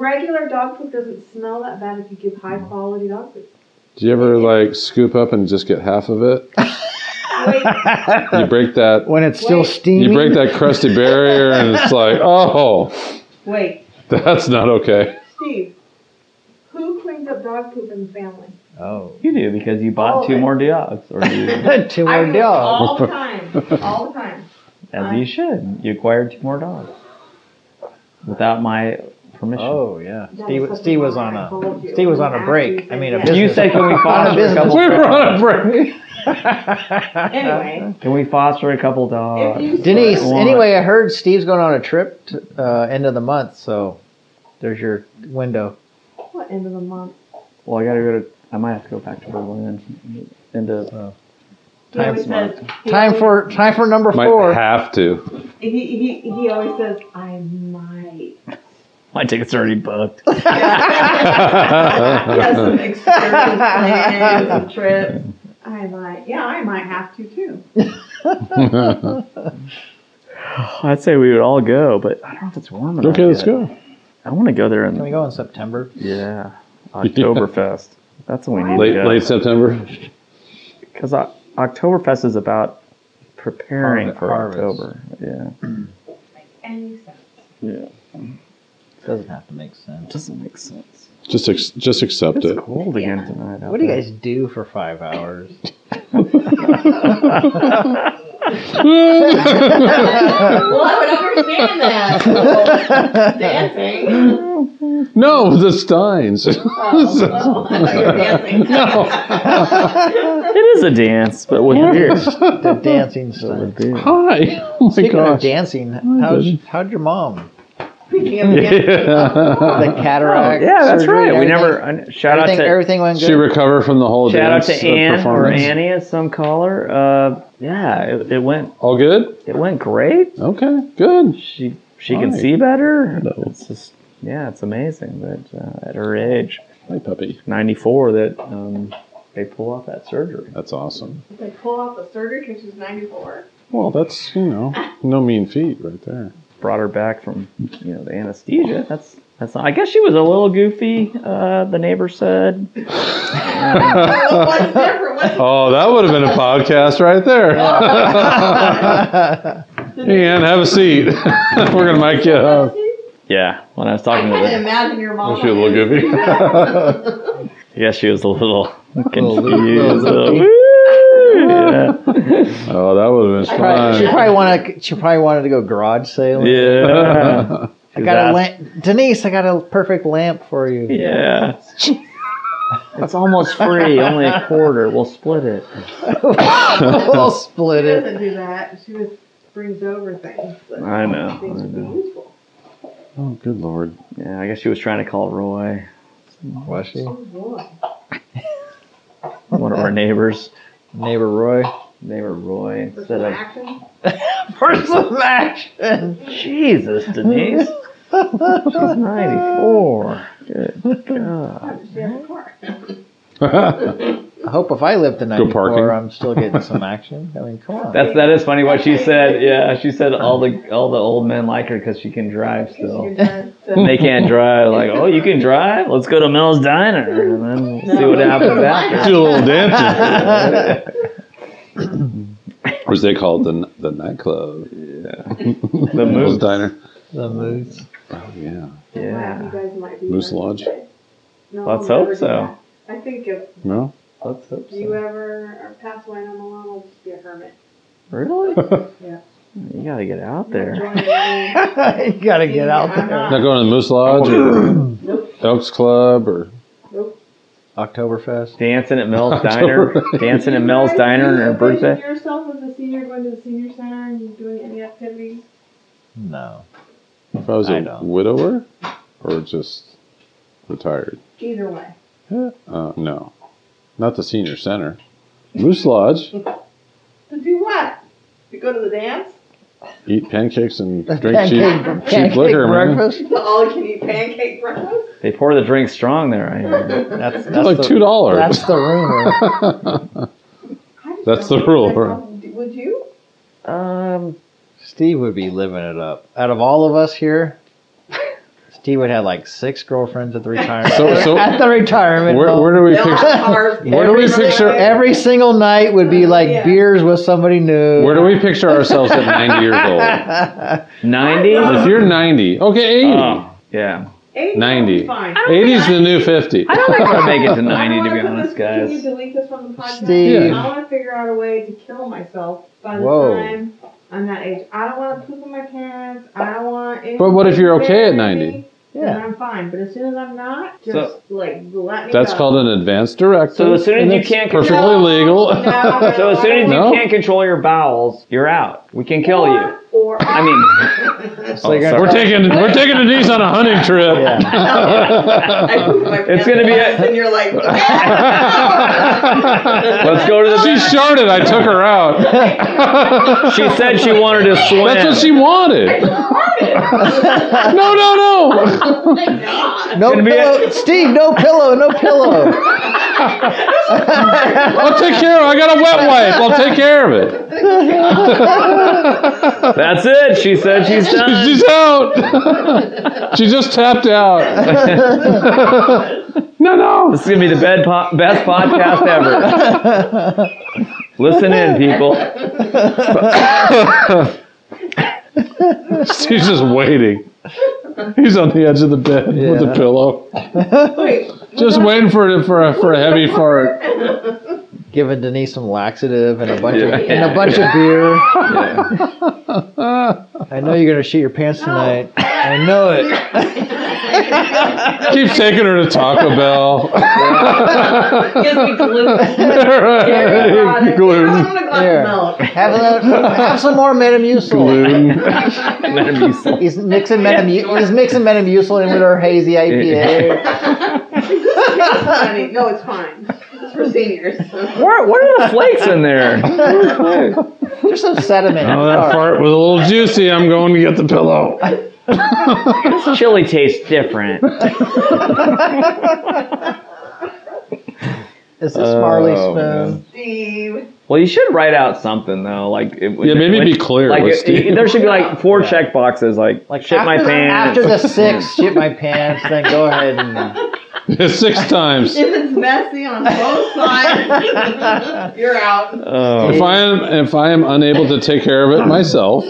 Speaker 4: regular dog poop doesn't smell that bad if you give high quality dog poop.
Speaker 5: Do you ever like scoop up and just get half of it? You break that.
Speaker 3: when it's still
Speaker 4: Wait.
Speaker 3: steaming.
Speaker 5: You break that crusty barrier, and it's like, oh,
Speaker 4: Wait,
Speaker 5: that's not okay.
Speaker 4: Steve, who cleans up dog poop in the family?
Speaker 3: Oh.
Speaker 6: You do because you
Speaker 4: All
Speaker 6: bought
Speaker 4: of
Speaker 6: two
Speaker 4: it.
Speaker 6: more dogs, or you,
Speaker 3: to
Speaker 4: I
Speaker 3: our
Speaker 4: do it
Speaker 3: dog.
Speaker 4: all the time, all the time.
Speaker 6: as you should. You acquired two more dogs without my permission.
Speaker 3: Oh yeah.
Speaker 4: That
Speaker 3: Steve,
Speaker 4: is
Speaker 3: Steve
Speaker 4: something
Speaker 3: was on
Speaker 4: I told
Speaker 3: a
Speaker 4: you.
Speaker 3: Steve was on a
Speaker 4: After
Speaker 3: break.
Speaker 4: you
Speaker 3: I mean, a
Speaker 4: said yes.
Speaker 6: you said can we foster a couple?
Speaker 5: We were on a break.
Speaker 4: Anyway,
Speaker 6: Can we foster a couple
Speaker 4: if
Speaker 6: dogs?
Speaker 4: you
Speaker 3: Denise.
Speaker 6: Right.
Speaker 3: Anyway, I heard Steve's going on a trip to, uh, end of the month, so there's your window.
Speaker 4: What end of the month?
Speaker 6: Well, I gotta go to. I might have to go back to Berlin. Into
Speaker 4: He always
Speaker 6: Time-
Speaker 4: says- he
Speaker 3: Time
Speaker 4: always-
Speaker 3: for time for number
Speaker 5: Might
Speaker 3: four.
Speaker 5: have to.
Speaker 4: He, he, he always says, I might.
Speaker 6: my ticket's already booked.
Speaker 4: He has some excursion plans, some trips. I might. Yeah, I might have to too.
Speaker 6: I'd say we would all go, but I don't know if it's warm enough.
Speaker 5: okay, let's
Speaker 6: yet.
Speaker 5: go.
Speaker 6: I want to go there
Speaker 3: Can we
Speaker 6: in
Speaker 3: go in September?
Speaker 6: yeah Oktoberfest. That's what we need.
Speaker 5: Late, late September.
Speaker 6: because Oktoberfest is about preparing
Speaker 3: Harve-
Speaker 6: for
Speaker 3: harvest.
Speaker 6: October. Yeah,
Speaker 4: Any sense.
Speaker 6: yeah,
Speaker 3: Doesn't have to make sense.
Speaker 6: doesn't make sense.
Speaker 5: Just ex- just accept
Speaker 6: It's
Speaker 5: it.
Speaker 6: cold again tonight. out
Speaker 3: What do you
Speaker 6: there.
Speaker 3: guys do for five hours?
Speaker 4: Well, I would understand that. dancing.
Speaker 5: No, the Steins.
Speaker 4: Oh, I thought you were dancing.
Speaker 6: It is a dance, but with beer.
Speaker 3: the dancing stuff.
Speaker 6: With beer. Oh,
Speaker 5: Hi. Oh my
Speaker 3: Speaking of
Speaker 5: gosh.
Speaker 3: dancing, how's, how'd your mom?
Speaker 4: Speaking of dancing.
Speaker 5: Yeah.
Speaker 3: The cataract.
Speaker 6: Uh-huh. Oh, Yeah, that's
Speaker 3: surgery,
Speaker 6: right. We
Speaker 3: everything-
Speaker 6: never I- shout out
Speaker 3: Everything,
Speaker 6: to
Speaker 3: everything went
Speaker 5: She
Speaker 3: good.
Speaker 5: recovered from the whole
Speaker 6: shout out
Speaker 5: dance
Speaker 6: to
Speaker 5: uh,
Speaker 6: Anne or
Speaker 5: performance.
Speaker 6: Annie, as some caller. Uh, yeah, it, it went
Speaker 5: All good.
Speaker 6: it went great.
Speaker 5: Okay, good.
Speaker 6: She she can
Speaker 5: Hi.
Speaker 6: see better.
Speaker 5: Hello.
Speaker 6: It's just yeah, it's amazing that uh, at her age,
Speaker 5: Hi, puppy.
Speaker 6: ninety four, that um, they pull off that surgery.
Speaker 5: That's awesome.
Speaker 4: They pull out the surgery because she's 94.
Speaker 5: Well, that's you know no mean feat right there.
Speaker 6: brought her back from you know the anesthesia. That's that's. Not, I guess she was a little goofy. Uh, the neighbor said.
Speaker 4: What's different? What's
Speaker 5: Oh, that would have been a podcast right there. Anne, have a seat. We're gonna mic you up.
Speaker 6: Yeah, when I was
Speaker 4: I
Speaker 6: talking to
Speaker 4: can't
Speaker 6: the,
Speaker 4: imagine your mom.
Speaker 5: Was she a little goofy?
Speaker 6: I guess she was a little
Speaker 5: little
Speaker 6: confused.
Speaker 5: little-
Speaker 6: Woo! yeah.
Speaker 5: Oh, that would have been
Speaker 3: Probably- she
Speaker 5: fun.
Speaker 3: probably wanted. She probably wanted to go garage sailing.
Speaker 6: yeah,
Speaker 3: I got a
Speaker 6: That's-
Speaker 3: lamp, Denise. I got a perfect lamp for you.
Speaker 6: yeah. It's almost free, only a quarter. We'll split it.
Speaker 3: we'll
Speaker 4: She
Speaker 3: split it.
Speaker 4: doesn't do that. She just brings over things. that
Speaker 6: I know.
Speaker 4: Things
Speaker 6: I
Speaker 4: would
Speaker 6: know.
Speaker 4: be useful.
Speaker 5: Oh, good lord.
Speaker 6: Yeah, I guess she was trying to call Roy,
Speaker 3: Was she?
Speaker 4: Oh, boy.
Speaker 6: one of our neighbors,
Speaker 3: Neighbor Roy.
Speaker 6: neighbor Roy,
Speaker 4: For
Speaker 6: instead
Speaker 4: some
Speaker 6: of
Speaker 4: action.
Speaker 3: First of action.
Speaker 6: Jesus, Denise. She's 94. Good God.
Speaker 4: Oh, She has a car.
Speaker 3: I hope if I lived in
Speaker 5: Go parking.
Speaker 3: 94, I'm still getting some action. I mean, come on.
Speaker 6: That's that is funny what she said. Yeah, she said all the all the old men like her because she can drive
Speaker 4: You're
Speaker 6: still.
Speaker 4: done.
Speaker 6: And they can't drive. Like, oh, you can drive? Let's go to Mel's Diner and then we'll see what happens after.
Speaker 5: Do a little dancing. or as they call it, the the nightclub.
Speaker 6: The
Speaker 5: Moose
Speaker 6: moose.
Speaker 5: diner.
Speaker 3: the moose.
Speaker 5: Oh yeah.
Speaker 4: Wow,
Speaker 6: Yeah.
Speaker 4: you guys might be
Speaker 5: Moose
Speaker 4: friends
Speaker 5: Lodge?
Speaker 4: today. No,
Speaker 6: Let's
Speaker 4: I'll
Speaker 6: hope
Speaker 4: never do
Speaker 6: so.
Speaker 4: that. I think if
Speaker 5: No.
Speaker 6: Let's hope
Speaker 4: you
Speaker 6: so.
Speaker 4: ever are passed away on the lawn, I'll just be a hermit.
Speaker 6: Really?
Speaker 4: Yeah.
Speaker 6: You gotta get out there.
Speaker 4: Join me.
Speaker 3: you gotta get out
Speaker 4: I'm
Speaker 3: there.
Speaker 5: Not
Speaker 4: not.
Speaker 5: going to the Moose Lodge or
Speaker 4: Nope.
Speaker 5: Elks Club or
Speaker 4: Nope.
Speaker 3: Oktoberfest.
Speaker 6: Dancing at Mel's Diner. Dancing at Mel's
Speaker 4: You guys
Speaker 6: Diner on her
Speaker 4: envision
Speaker 6: birthday.
Speaker 4: yourself as a senior going to the senior center and doing any activities?
Speaker 3: No.
Speaker 5: if I was
Speaker 3: I
Speaker 5: a
Speaker 3: don't.
Speaker 5: widower or just retired.
Speaker 4: Either way.
Speaker 5: Uh, no, not the senior center. Moose Lodge,
Speaker 4: To do what? To go to the dance?
Speaker 5: eat pancakes and drink cheap,
Speaker 3: Pancake,
Speaker 5: cheap
Speaker 3: pancake
Speaker 5: liquor, man.
Speaker 3: breakfast.
Speaker 4: The all you can eat pancake breakfast?
Speaker 6: They pour the drink strong there, I hear.
Speaker 3: That's, that's
Speaker 5: It's like
Speaker 3: the-
Speaker 5: two dollars.
Speaker 3: That's the rumor.
Speaker 4: I just
Speaker 5: That's
Speaker 4: don't
Speaker 5: the rule,
Speaker 4: think
Speaker 5: right?
Speaker 4: myself- Would you?
Speaker 6: Um
Speaker 3: Um, Steve would be living it up. Out of all of us here, He would have like six girlfriends at the retirement.
Speaker 5: So- so-
Speaker 3: at the retirement.
Speaker 5: Where,
Speaker 3: home.
Speaker 5: where do we
Speaker 4: They'll
Speaker 5: picture?
Speaker 4: have cars.
Speaker 5: Where do we
Speaker 4: Everybody-
Speaker 5: picture-
Speaker 3: Every single night would be like
Speaker 4: Yeah.
Speaker 3: beers with somebody new.
Speaker 5: Where do we picture ourselves at 90 years old?
Speaker 6: Ninety.
Speaker 5: If you're 90, okay, 80.
Speaker 6: Oh, yeah.
Speaker 4: 80
Speaker 5: 90.
Speaker 4: is Fine.
Speaker 5: 80 is the new 50.
Speaker 6: I don't think I'm gonna make it to
Speaker 4: I
Speaker 6: ninety to
Speaker 4: wanna
Speaker 6: be
Speaker 4: put
Speaker 6: honest,
Speaker 4: this- Can you
Speaker 6: guys.
Speaker 4: delete this from the podcast?
Speaker 3: Steve.
Speaker 4: I want to figure out a way to kill myself by the
Speaker 3: Whoa.
Speaker 4: time I'm that age. I don't want to poop in my pants. I don't want. anything
Speaker 5: But what if you're
Speaker 4: to
Speaker 5: okay at
Speaker 4: bury
Speaker 5: 90?
Speaker 4: me, Then
Speaker 3: Yeah.
Speaker 4: I'm fine. But as soon as I'm not, just
Speaker 6: So-
Speaker 4: like let me.
Speaker 5: That's
Speaker 4: go.
Speaker 5: called an advanced directive.
Speaker 6: So as soon as
Speaker 5: and
Speaker 6: you
Speaker 5: it's
Speaker 6: can't
Speaker 5: perfectly
Speaker 4: No,
Speaker 5: legal.
Speaker 4: no, no,
Speaker 6: So as soon as
Speaker 5: No?
Speaker 6: you can't control your bowels, you're out. We can kill you.
Speaker 4: Or- Or
Speaker 6: I mean,
Speaker 3: So you're
Speaker 5: Oh, We're
Speaker 3: gonna-
Speaker 5: taking we're taking the D's on a hunting trip.
Speaker 4: I poop in my pants.
Speaker 6: gonna be
Speaker 4: once
Speaker 6: a-
Speaker 4: And you're like,
Speaker 6: let's go to the.
Speaker 5: She sharted. I took her out.
Speaker 6: She said she wanted to swim.
Speaker 5: That's what she wanted. No, no, no.
Speaker 3: No
Speaker 6: gonna be
Speaker 3: pillow, Steve. No pillow. No pillow.
Speaker 5: I'll take care of it. I got a wet wipe. I'll take care of it.
Speaker 6: That's it. She said she's done.
Speaker 5: She's out. She just tapped out. No, no.
Speaker 6: This is gonna be the bed po- best podcast ever. Listen in, people.
Speaker 5: She's just waiting. He's on the edge of the bed with a
Speaker 3: Yeah.
Speaker 5: pillow.
Speaker 4: wait.
Speaker 5: Just waiting for it for a, for a heavy fart.
Speaker 3: Giving Denise some laxative and a bunch of and a bunch of beer. I know you're gonna shoot your pants tonight. I know it.
Speaker 5: Keep taking her to Taco Bell.
Speaker 4: Gives me gluten. Gluten. I
Speaker 5: Gluten.
Speaker 4: want a
Speaker 3: There.
Speaker 4: glass of milk.
Speaker 3: Have that. Have some more Metamucil.
Speaker 5: Gluten.
Speaker 3: He's mixing Metamucil. He's mixing Metamucil in with our hazy IPA.
Speaker 4: It's funny. No, it's fine. It's for seniors.
Speaker 6: What, what are the flakes in there?
Speaker 3: There's some sediment.
Speaker 5: Oh, that fart was a little juicy. I'm going to get the pillow.
Speaker 6: This chili tastes different.
Speaker 3: Is this Marley
Speaker 5: Oh,
Speaker 3: spoon?
Speaker 4: Steve.
Speaker 6: Well, you should write out something though, like it,
Speaker 5: Yeah, maybe be clear
Speaker 6: Like
Speaker 5: with
Speaker 6: it-
Speaker 5: Steve.
Speaker 6: it- there should be like four check boxes, like,
Speaker 3: Like
Speaker 6: shit
Speaker 3: after,
Speaker 6: my
Speaker 3: the-
Speaker 6: pants.
Speaker 3: After the six, shit my pants. Then go ahead and
Speaker 5: Six times.
Speaker 4: If it's messy on both sides, you're out.
Speaker 6: Oh,
Speaker 5: If I am if I am unable to take care of it myself,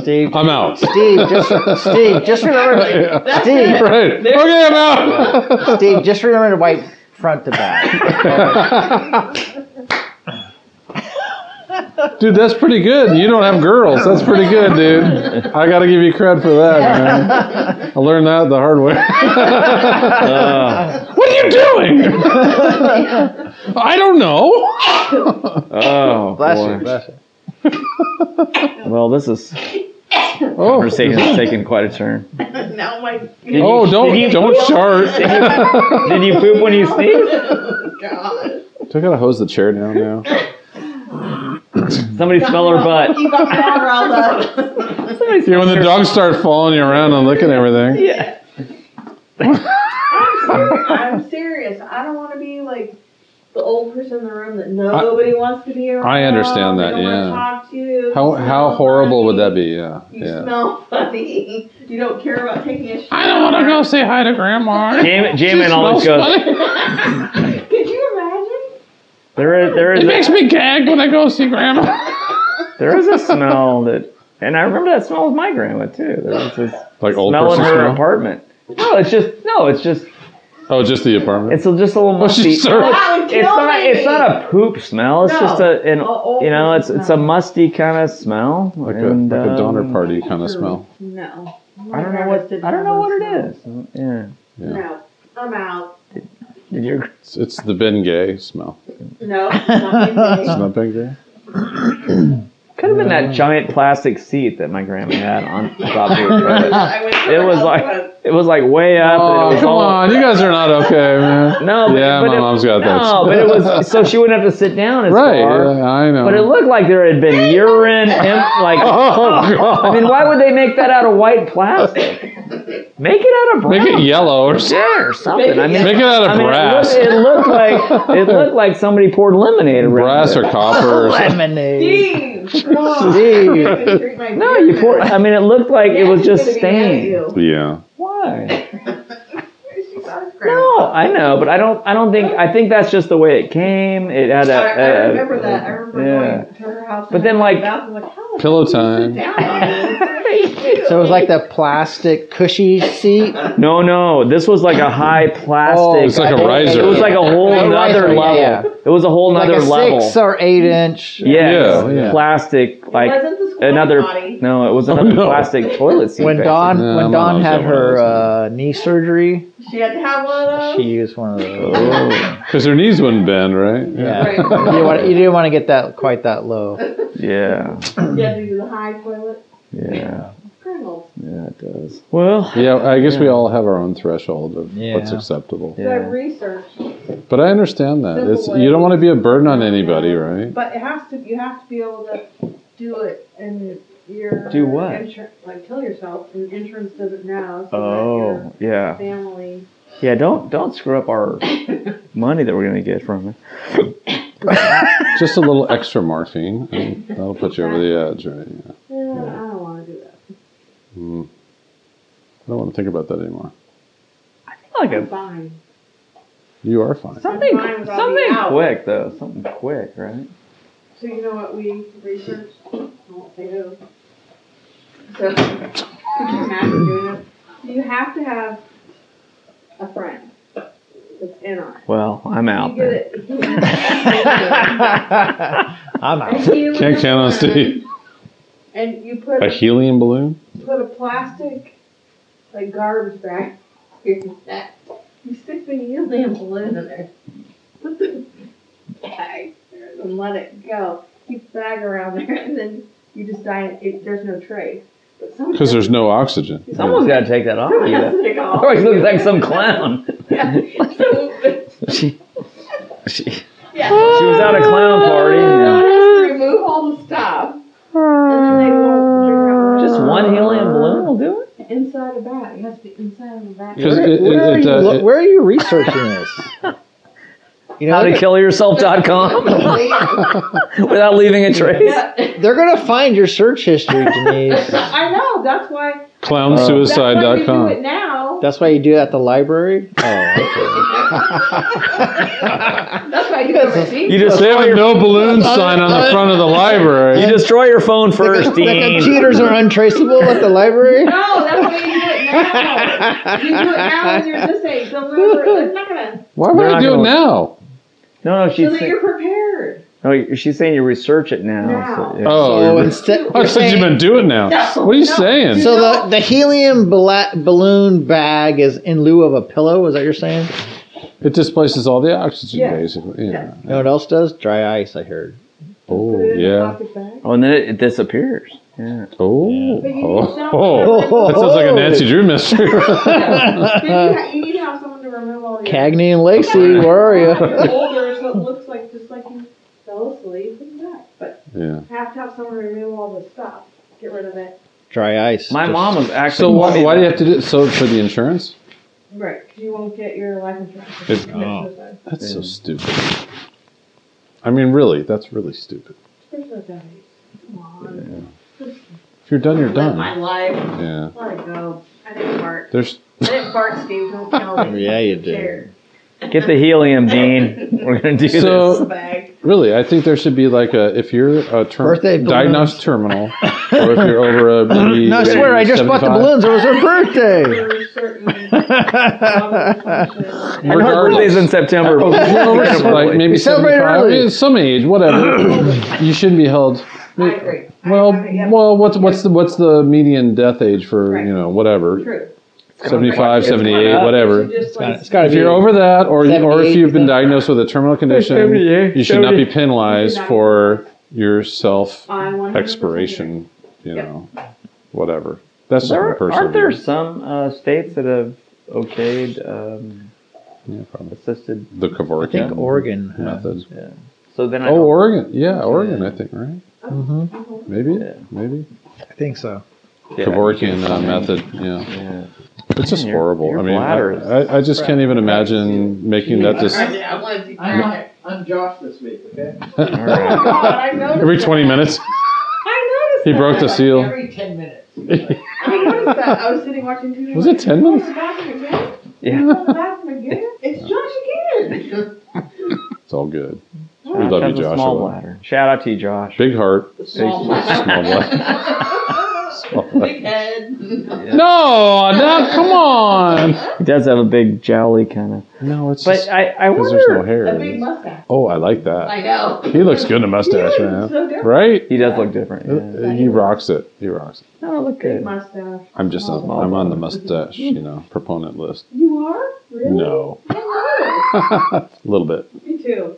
Speaker 3: Steve.
Speaker 5: I'm out.
Speaker 3: Steve, just Steve, just remember,
Speaker 5: Yeah.
Speaker 3: Steve,
Speaker 5: Right. Okay, I'm out.
Speaker 3: Steve, just remember to wipe front to back.
Speaker 5: Dude, that's pretty good. You don't have girls. That's pretty good, dude. I got to give you credit for that, man. I learned that the hard way. what are you doing? I don't know.
Speaker 6: oh,
Speaker 3: Bless
Speaker 6: boy.
Speaker 3: you, bless you.
Speaker 6: Well, this is
Speaker 5: Oh,
Speaker 6: conversation is taking quite a turn.
Speaker 4: Now my
Speaker 6: Did
Speaker 5: oh
Speaker 6: you-
Speaker 5: don't
Speaker 6: did you
Speaker 5: don't
Speaker 6: poop-
Speaker 5: chart.
Speaker 6: Did you poop when you sneezed?
Speaker 4: God.
Speaker 5: Do I gotta hose the chair down now?
Speaker 6: Somebody smell her butt.
Speaker 4: You got me all riled up.
Speaker 5: Yeah, when the dogs start following you around and licking everything.
Speaker 6: Yeah.
Speaker 4: I'm serious. I'm serious. I don't want to be like the old person in the room that nobody wants to be around.
Speaker 5: I understand
Speaker 4: They
Speaker 5: that,
Speaker 4: don't wanna
Speaker 5: yeah.
Speaker 4: Talk to you.
Speaker 5: How
Speaker 4: You
Speaker 5: how
Speaker 4: smell
Speaker 5: horrible would
Speaker 4: funny.
Speaker 5: that be? Yeah,
Speaker 4: You
Speaker 5: yeah.
Speaker 4: smell funny. You don't care about taking a shit.
Speaker 5: wanna go say hi to grandma.
Speaker 6: Jam, Jamin always goes.
Speaker 4: Could you imagine?
Speaker 6: There is there is a,
Speaker 5: me gag when I go see grandma.
Speaker 6: there is a smell that, and I remember that smell with my grandma too. There was this
Speaker 5: Like old
Speaker 6: smell in
Speaker 5: person
Speaker 6: her
Speaker 5: smell.
Speaker 6: apartment. No, it's just no, it's just
Speaker 5: Oh, just the apartment.
Speaker 6: it's a- just a little
Speaker 5: Oh,
Speaker 6: musty.
Speaker 5: she's sorry.
Speaker 4: That would kill
Speaker 6: it's not
Speaker 4: me.
Speaker 6: it's not a poop smell. It's
Speaker 4: No.
Speaker 6: just a an,
Speaker 4: A old
Speaker 6: you know it's
Speaker 4: person
Speaker 6: it's a
Speaker 4: smell.
Speaker 6: musty kind of smell.
Speaker 5: Like a
Speaker 6: and,
Speaker 5: like a Donner
Speaker 6: um,
Speaker 5: Party kind of smell.
Speaker 4: No.
Speaker 6: I don't know what I don't know what it is. Yeah.
Speaker 4: No. I'm out.
Speaker 6: Did your
Speaker 5: It's, it's the Ben Gay smell.
Speaker 4: No. Not
Speaker 6: Uh.
Speaker 5: It's
Speaker 4: my
Speaker 5: not Ben Gay.
Speaker 6: could have been that giant plastic seat that my grandma had on top of her
Speaker 4: thing.
Speaker 6: toilet.
Speaker 4: I went to
Speaker 6: It
Speaker 4: her
Speaker 6: was
Speaker 4: house
Speaker 6: like
Speaker 4: once.
Speaker 6: it was like way up. and it
Speaker 5: Oh,
Speaker 6: was
Speaker 5: come
Speaker 6: all,
Speaker 5: on, you guys are not okay, man.
Speaker 6: No, but,
Speaker 5: Yeah,
Speaker 6: but
Speaker 5: my
Speaker 6: it-
Speaker 5: mom's got that.
Speaker 6: No, but it was so she wouldn't have to sit down as
Speaker 5: Right,
Speaker 6: far.
Speaker 5: yeah, I know.
Speaker 6: But it looked like there had been urine, em- like
Speaker 5: Oh
Speaker 6: I
Speaker 5: god.
Speaker 6: mean, why would they make that out of white plastic? Make it out of brown
Speaker 5: Make it yellow or something.
Speaker 6: yeah, or something. I mean,
Speaker 5: Make it out of
Speaker 6: I mean,
Speaker 5: brass.
Speaker 6: It, looked, it looked like it looked like somebody poured lemonade around
Speaker 5: brass
Speaker 6: it.
Speaker 5: or copper or something.
Speaker 3: Lemonade.
Speaker 4: Steve.
Speaker 6: No, you poured. I mean, it looked like it was just stained.
Speaker 4: No.
Speaker 5: Yeah.
Speaker 6: Why? No, I know, but I don't. I don't think. I think that's just the way it came. It had
Speaker 4: I,
Speaker 6: a.
Speaker 4: I
Speaker 6: a-
Speaker 4: remember that. I remember
Speaker 6: uh, yeah.
Speaker 4: going to her house.
Speaker 6: But
Speaker 4: and
Speaker 6: then,
Speaker 4: I
Speaker 6: like-
Speaker 4: was like, how the
Speaker 5: Pillow
Speaker 4: fuck did you
Speaker 5: time.
Speaker 4: sit down on this?
Speaker 3: So it was like the plastic cushy seat.
Speaker 6: No, no. This was like a high plastic.
Speaker 3: Oh,
Speaker 5: It's like a
Speaker 3: Okay.
Speaker 5: riser.
Speaker 6: It was like a whole
Speaker 3: Yeah,
Speaker 6: nother
Speaker 3: riser, yeah,
Speaker 6: level.
Speaker 3: yeah.
Speaker 6: It was a whole
Speaker 3: Like
Speaker 6: nother
Speaker 3: a
Speaker 6: level.
Speaker 3: six or eight inch.
Speaker 6: yes,
Speaker 5: Yeah, yeah.
Speaker 6: plastic.
Speaker 4: It
Speaker 6: Like
Speaker 4: wasn't the squatty
Speaker 6: another.
Speaker 4: potty.
Speaker 6: No, it was another
Speaker 5: no.
Speaker 6: plastic toilet seat.
Speaker 3: When
Speaker 6: back
Speaker 3: Dawn
Speaker 5: Yeah,
Speaker 3: when
Speaker 5: my
Speaker 3: Dawn
Speaker 5: mom's
Speaker 3: had
Speaker 5: got one of
Speaker 3: her
Speaker 5: those,
Speaker 3: uh, knee surgery,
Speaker 4: She had to have one of
Speaker 3: she
Speaker 4: those.
Speaker 3: used one of those.
Speaker 6: Oh,
Speaker 5: Because her knees wouldn't bend, right?
Speaker 3: Yeah.
Speaker 4: Right.
Speaker 3: you, didn't want, you didn't want to get that quite that low.
Speaker 6: yeah,
Speaker 4: You had to do the high toilet.
Speaker 6: yeah,
Speaker 4: Colonel,
Speaker 6: yeah. It does. Well,
Speaker 5: Yeah, I guess we all have our own threshold of what's
Speaker 3: Yeah.
Speaker 5: acceptable.
Speaker 4: did I
Speaker 6: yeah.
Speaker 4: research?
Speaker 5: But I understand that.
Speaker 4: Simple
Speaker 5: It's
Speaker 4: way.
Speaker 5: you don't want to be a burden on anybody, right?
Speaker 4: But it has to. You have to be able to do it, and your
Speaker 6: Do what?
Speaker 4: Insur- like kill yourself, and insurance does it now. So
Speaker 6: Oh,
Speaker 4: that
Speaker 6: yeah,
Speaker 4: your family.
Speaker 6: yeah. Don't don't screw up our money that we're gonna get from it.
Speaker 5: Just a little extra morphine. and That'll put you over the edge, right? Yeah.
Speaker 4: Yeah, I don't want to do that.
Speaker 5: Mm. I don't want to think about that anymore.
Speaker 6: Like
Speaker 4: I'm
Speaker 6: a
Speaker 4: fine.
Speaker 5: You are fine.
Speaker 6: something
Speaker 4: Mine's already
Speaker 6: something
Speaker 4: out.
Speaker 6: quick though. Something quick, right?
Speaker 4: So you know what we researched? I won't say who. So could you imagine doing it? You have to have a friend that's in on it.
Speaker 6: Well, I'm out.
Speaker 4: You get
Speaker 6: Then.
Speaker 4: it. and
Speaker 3: I'm out.
Speaker 4: you
Speaker 5: Can't count on Steve.
Speaker 4: And you put
Speaker 5: A helium balloon?
Speaker 4: put a plastic like garbage bag in that. You stick the helium balloon in there. Put the bag there and let it go. Keep the bag around there and then you just die. It, there's no trace. But someone
Speaker 5: Because there's no oxygen.
Speaker 6: Someone's got to take that off.
Speaker 4: someone
Speaker 6: You
Speaker 4: has to take off.
Speaker 6: Always looks like some clown.
Speaker 4: Yeah. So,
Speaker 6: she, she, she
Speaker 4: yeah.
Speaker 6: was at a clown party.
Speaker 4: Someone has to remove all the stuff. And then they will figure out
Speaker 6: Just one helium balloon will do it.
Speaker 4: inside a bag. It has to be inside of a bag.
Speaker 5: Because
Speaker 3: Where,
Speaker 5: it,
Speaker 3: where are
Speaker 5: it, it,
Speaker 3: you,
Speaker 5: uh,
Speaker 3: lo-
Speaker 5: it-
Speaker 3: where are you researching this? You know,
Speaker 6: How to
Speaker 3: they're,
Speaker 6: kill yourself.com without leaving a trace.
Speaker 4: Yeah.
Speaker 3: they're gonna find your search history, Denise.
Speaker 4: I know. That's why. That's why we do
Speaker 5: clownsuicide.com.
Speaker 4: it now.
Speaker 3: That's why you do it at the library. Oh,
Speaker 4: That's why you guys are seeing.
Speaker 6: You just
Speaker 5: They have a
Speaker 6: your,
Speaker 5: no balloon sign on the front of the library.
Speaker 6: you destroy your phone
Speaker 3: okay.
Speaker 6: first,
Speaker 3: the, the
Speaker 6: Dean.
Speaker 3: computers are untraceable at the library. Oh,
Speaker 4: No, that's why you do it now. You do it now and you're this age. Don't remember. It's not gonna.
Speaker 5: Why would
Speaker 6: They're
Speaker 5: I
Speaker 6: not
Speaker 5: do it
Speaker 6: gonna-
Speaker 5: now?
Speaker 6: No, no,
Speaker 4: So
Speaker 6: she's
Speaker 4: that
Speaker 6: saying,
Speaker 4: you're prepared.
Speaker 6: no, she's saying you research it now. so- yeah.
Speaker 5: Oh,
Speaker 3: So
Speaker 5: you're-
Speaker 3: instead,
Speaker 5: I
Speaker 3: you're
Speaker 5: said
Speaker 3: saying-
Speaker 5: you've been doing now.
Speaker 4: No,
Speaker 5: what are you
Speaker 4: no.
Speaker 5: saying?
Speaker 3: so the, the helium bla- balloon bag is in lieu of a pillow. Is that what you're saying?
Speaker 5: It displaces all the oxygen,
Speaker 4: Yeah.
Speaker 5: basically. Yeah.
Speaker 4: Yeah.
Speaker 3: You know what else does? Dry ice. I heard.
Speaker 5: Oh,
Speaker 4: Put it in a
Speaker 5: yeah.
Speaker 4: plastic bag.
Speaker 6: Oh, and then it, it disappears. Yeah.
Speaker 5: Oh,
Speaker 4: But you need
Speaker 5: oh,
Speaker 4: someone
Speaker 5: oh.
Speaker 4: to remove-
Speaker 5: That sounds like a Nancy Drew mystery.
Speaker 4: But you, ha- you need to have someone to remove all your.
Speaker 3: Cagney and Lacey, where are you?
Speaker 4: You're older, so it looks like just like you fell asleep and back. But
Speaker 5: yeah.
Speaker 4: you have to have someone remove all the stuff. Get rid of it.
Speaker 3: Dry ice.
Speaker 6: My
Speaker 3: Just-
Speaker 6: mom was actually.
Speaker 5: So why,
Speaker 6: funny
Speaker 5: why do you
Speaker 6: about-
Speaker 5: have to do so for the insurance?
Speaker 4: Right, because you won't get your life insurance.
Speaker 5: If-
Speaker 4: oh.
Speaker 5: That's so stupid. I mean, really, that's really stupid.
Speaker 4: There's no dice. Come on.
Speaker 5: If you're done, you're
Speaker 4: Live my
Speaker 5: done.
Speaker 4: life.
Speaker 5: Yeah.
Speaker 4: Let it go. I didn't fart.
Speaker 5: There's
Speaker 4: I didn't fart, Steve. Don't tell me.
Speaker 3: Yeah, you did.
Speaker 4: There.
Speaker 6: Get the helium, Dean. We're gonna do
Speaker 5: So-
Speaker 6: this.
Speaker 4: Bag.
Speaker 5: Really, I think there should be like a if you're a term,
Speaker 3: Birthday balloons.
Speaker 5: diagnosed terminal, or if you're over a maybe
Speaker 3: No, I swear, I just bought the
Speaker 5: 75.
Speaker 3: balloons. It was her birthday.
Speaker 4: There are certain.
Speaker 6: I know her
Speaker 5: Regardless.
Speaker 6: birthday's in September. But
Speaker 5: Well, we're just Oh, like maybe
Speaker 3: We celebrate
Speaker 5: 75,
Speaker 3: early.
Speaker 5: I mean, some age, whatever. you shouldn't be held.
Speaker 4: I agree. I
Speaker 5: Well,
Speaker 4: haven't yet-
Speaker 5: well, what's what's the what's the median death age for
Speaker 4: Right.
Speaker 5: you know whatever
Speaker 4: True.
Speaker 5: seventy five,
Speaker 6: It's gone
Speaker 5: seventy eight,
Speaker 6: up.
Speaker 5: whatever.
Speaker 4: You just like,
Speaker 3: It's got to
Speaker 5: If
Speaker 3: be
Speaker 5: you're over that, or or if
Speaker 3: 78,
Speaker 5: you've been
Speaker 3: then-
Speaker 5: diagnosed with a terminal condition,
Speaker 6: 78,
Speaker 5: you should not be
Speaker 6: 70.
Speaker 5: penalized for your self
Speaker 4: I 100%
Speaker 5: expiration. You
Speaker 4: Yep.
Speaker 5: know, whatever. That's just my
Speaker 6: There,
Speaker 5: personal.
Speaker 6: aren't there
Speaker 5: view.
Speaker 6: some uh, states that have okayed um,
Speaker 5: Yeah, probably.
Speaker 6: assisted?
Speaker 5: The Kevorkian.
Speaker 3: I think Oregon. has-
Speaker 5: method.
Speaker 6: Yeah. So then I
Speaker 5: Oh,
Speaker 6: don't-
Speaker 5: Oregon. Yeah, Oregon. I think right.
Speaker 3: Mhm.
Speaker 4: Oh,
Speaker 5: Maybe.
Speaker 6: Yeah.
Speaker 5: Maybe.
Speaker 3: I think so.
Speaker 6: yeah,
Speaker 5: Kevorkian uh,
Speaker 6: something.
Speaker 5: method. Yeah,
Speaker 6: Yeah.
Speaker 5: it's just
Speaker 6: Man, your-
Speaker 5: horrible.
Speaker 6: your
Speaker 5: I mean,
Speaker 6: bladder is-
Speaker 5: I, I, I just can't even imagine making that. Just
Speaker 4: I want to
Speaker 7: I'm, I'm Josh this week, okay?
Speaker 6: All right.
Speaker 4: God, I noticed
Speaker 5: every twenty
Speaker 4: that.
Speaker 5: minutes. He broke the seal.
Speaker 3: Every 10 minutes.
Speaker 4: I noticed that. I was sitting watching TV.
Speaker 5: Was it 10 minutes?
Speaker 4: He's going to the bathroom again. He's
Speaker 6: Yeah.
Speaker 4: going to the bathroom again. It's Josh again.
Speaker 5: It's all good. We love you,
Speaker 6: That's a small
Speaker 5: Joshua.
Speaker 6: bladder. Shout out to you, Josh.
Speaker 5: Big heart.
Speaker 3: Small
Speaker 5: Small black.
Speaker 3: Big head.
Speaker 5: No, no, come on.
Speaker 6: He does have a big jowly kind of.
Speaker 5: No, it's
Speaker 6: But
Speaker 5: just
Speaker 6: I, I
Speaker 5: because there's no
Speaker 6: wonder.
Speaker 5: hair.
Speaker 4: A big mustache.
Speaker 5: Oh, I like that.
Speaker 3: I know.
Speaker 5: He looks good in a mustache,
Speaker 4: Yeah,
Speaker 5: man.
Speaker 4: it's so different.
Speaker 5: Right?
Speaker 6: He does look different. Yeah.
Speaker 5: Uh, He rocks it. He rocks it.
Speaker 6: No,
Speaker 4: Big
Speaker 6: look good.
Speaker 4: mustache.
Speaker 5: I'm just on,
Speaker 6: Small
Speaker 5: I'm on the mustache, you know, proponent list.
Speaker 4: You are? Really?
Speaker 5: No,
Speaker 4: I know.
Speaker 5: a little bit.
Speaker 4: Me too.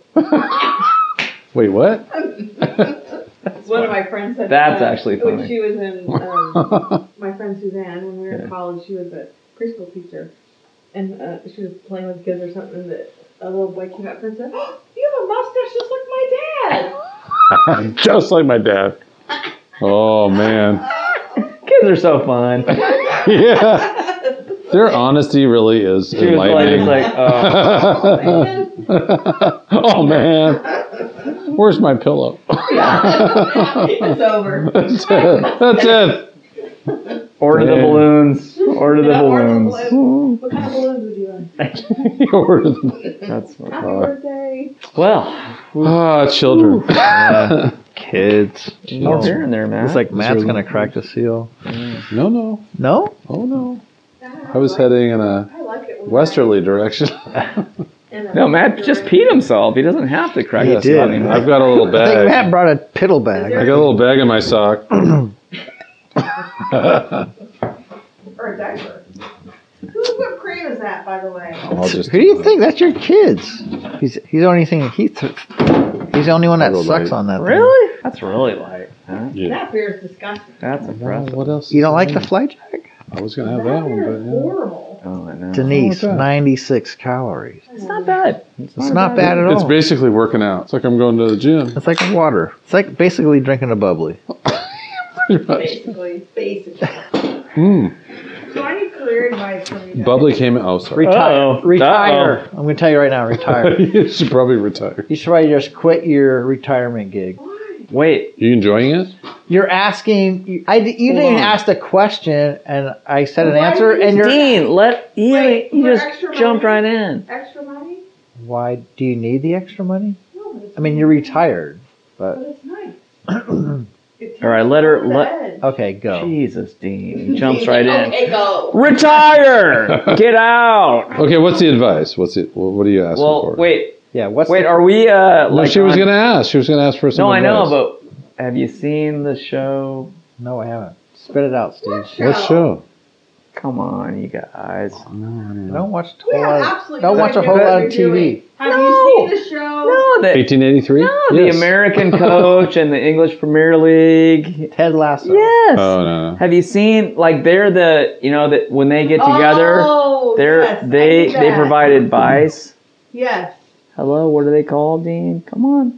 Speaker 5: Wait, what?
Speaker 4: One of my friends said
Speaker 6: That's
Speaker 4: that uh,
Speaker 6: actually funny.
Speaker 4: When she was in, um, my friend Suzanne, when we were in college, she was a preschool teacher, and uh, she was playing with kids or something, and the, a little boy came up and said, oh, "You have a mustache just like my dad."
Speaker 5: just like my dad. Oh man,
Speaker 6: Kids are so fun.
Speaker 5: yeah. Their honesty really is
Speaker 6: She was like,
Speaker 5: enlightening.
Speaker 6: it's like, uh,
Speaker 5: oh man, where's my pillow?
Speaker 3: It's over.
Speaker 5: That's it. That's it.
Speaker 6: order the
Speaker 5: Dang.
Speaker 6: balloons. Order the
Speaker 4: Yeah, order the
Speaker 6: balloons.
Speaker 4: what kind of balloons would you like?
Speaker 5: He ordered them.
Speaker 6: That's
Speaker 4: Happy
Speaker 5: Uh,
Speaker 4: birthday!
Speaker 6: well,
Speaker 5: Ah, children.
Speaker 7: Kids.
Speaker 6: no hair in there, man.
Speaker 7: It's like Matt's gonna crack the seal.
Speaker 5: No, no.
Speaker 7: No?
Speaker 5: Oh no.
Speaker 4: Ah,
Speaker 5: I was
Speaker 4: like,
Speaker 5: heading in a
Speaker 4: I like it. when
Speaker 5: westerly direction.
Speaker 4: I- and I
Speaker 6: no,
Speaker 4: like
Speaker 6: Matt
Speaker 4: it
Speaker 6: just
Speaker 4: when-
Speaker 6: peed himself. He doesn't have to crack
Speaker 7: He
Speaker 6: the
Speaker 7: did.
Speaker 6: seal anymore.
Speaker 5: I've got a little
Speaker 7: I think
Speaker 5: bag.
Speaker 7: Matt brought a piddle bag.
Speaker 5: I got a little bag in my sock.
Speaker 4: Or a diaper. Whose whipped cream is that, by the way?
Speaker 5: I'll just uh,
Speaker 7: Who do you think? That's your kids. He's he's the only thing he th- he's the only one that
Speaker 5: Piddle
Speaker 7: sucks
Speaker 5: bag.
Speaker 7: on that. thing.
Speaker 6: Really? That's really light. Huh?
Speaker 5: Yeah.
Speaker 4: That beer is disgusting.
Speaker 6: That's
Speaker 5: Well,
Speaker 6: impressive.
Speaker 5: what else?
Speaker 7: You
Speaker 5: is
Speaker 7: don't like
Speaker 5: in
Speaker 7: the
Speaker 5: there?
Speaker 7: fly jack?
Speaker 5: I was gonna have
Speaker 4: that
Speaker 5: that one,
Speaker 4: beer
Speaker 5: but
Speaker 4: is
Speaker 5: yeah.
Speaker 4: horrible.
Speaker 6: Oh, I know.
Speaker 7: Denise,
Speaker 5: that?
Speaker 7: ninety six calories.
Speaker 6: It's not bad. It's
Speaker 7: It's not bad at
Speaker 5: It's
Speaker 7: all.
Speaker 5: basically working out. It's like I'm going to the gym.
Speaker 7: It's like water. It's like basically drinking a bubbly.
Speaker 4: Basically, basically.
Speaker 5: Mm.
Speaker 4: So I need career advice from you guys.
Speaker 5: Bubbly came in. Oh, sorry.
Speaker 6: Uh-oh.
Speaker 7: Retire. I'm gonna tell you right now, retire.
Speaker 5: you should probably retire.
Speaker 3: You should probably just quit your retirement gig.
Speaker 4: Why?
Speaker 6: Wait.
Speaker 5: You enjoying it?
Speaker 3: You're asking. You, I, di- you
Speaker 6: Hold
Speaker 3: didn't
Speaker 6: on.
Speaker 3: ask a question, and I said an
Speaker 4: Why
Speaker 3: answer,
Speaker 4: did you
Speaker 3: and you're.
Speaker 6: Dean, let Ian,
Speaker 4: Wait,
Speaker 6: you
Speaker 4: for
Speaker 6: just
Speaker 4: extra
Speaker 6: jumped
Speaker 4: money?
Speaker 6: right in.
Speaker 4: Extra money?
Speaker 3: Why do you need the extra money?
Speaker 4: No, but it's
Speaker 3: I mean, you're retired.
Speaker 4: But it's nice. It takes
Speaker 6: All right, let her-
Speaker 4: you over
Speaker 6: let-
Speaker 4: the edge.
Speaker 3: Okay, go.
Speaker 6: Jesus, Dean. He jumps right in.
Speaker 3: Okay, go.
Speaker 6: Retire! Get out!
Speaker 5: Okay. What's the advice? What's it? wha- What are you asking
Speaker 6: Well,
Speaker 5: for?
Speaker 6: wait,
Speaker 3: Yeah. What's
Speaker 6: wait,
Speaker 3: the-
Speaker 6: are we, uh,
Speaker 5: No,
Speaker 6: like
Speaker 5: she was
Speaker 6: on-
Speaker 5: gonna ask. She was gonna ask for some.
Speaker 6: No, I
Speaker 5: advice.
Speaker 6: know, but have you seen the show?
Speaker 3: no, I haven't. Spit it out, Steve.
Speaker 5: What show?
Speaker 6: Come on, you guys.
Speaker 3: I don't watch a
Speaker 4: We
Speaker 3: whole
Speaker 4: have
Speaker 3: lot. Of,
Speaker 4: absolutely
Speaker 3: don't
Speaker 4: no
Speaker 3: watch a
Speaker 4: idea
Speaker 3: whole
Speaker 4: what
Speaker 3: lot of
Speaker 4: you're doing.
Speaker 3: TV.
Speaker 4: Have
Speaker 6: No.
Speaker 4: you seen the show?
Speaker 6: No, that,
Speaker 5: 1883.
Speaker 6: no the American coach and the English Premier League.
Speaker 3: Ted Lasso.
Speaker 6: Yes.
Speaker 5: Oh no.
Speaker 6: Have you seen like they're the you know that when they get together,
Speaker 4: Oh,
Speaker 6: they're
Speaker 4: yes, I
Speaker 6: they
Speaker 4: did
Speaker 6: they
Speaker 4: that.
Speaker 6: provide advice.
Speaker 4: Yes.
Speaker 6: Hello, what are they called, Dean? Come on.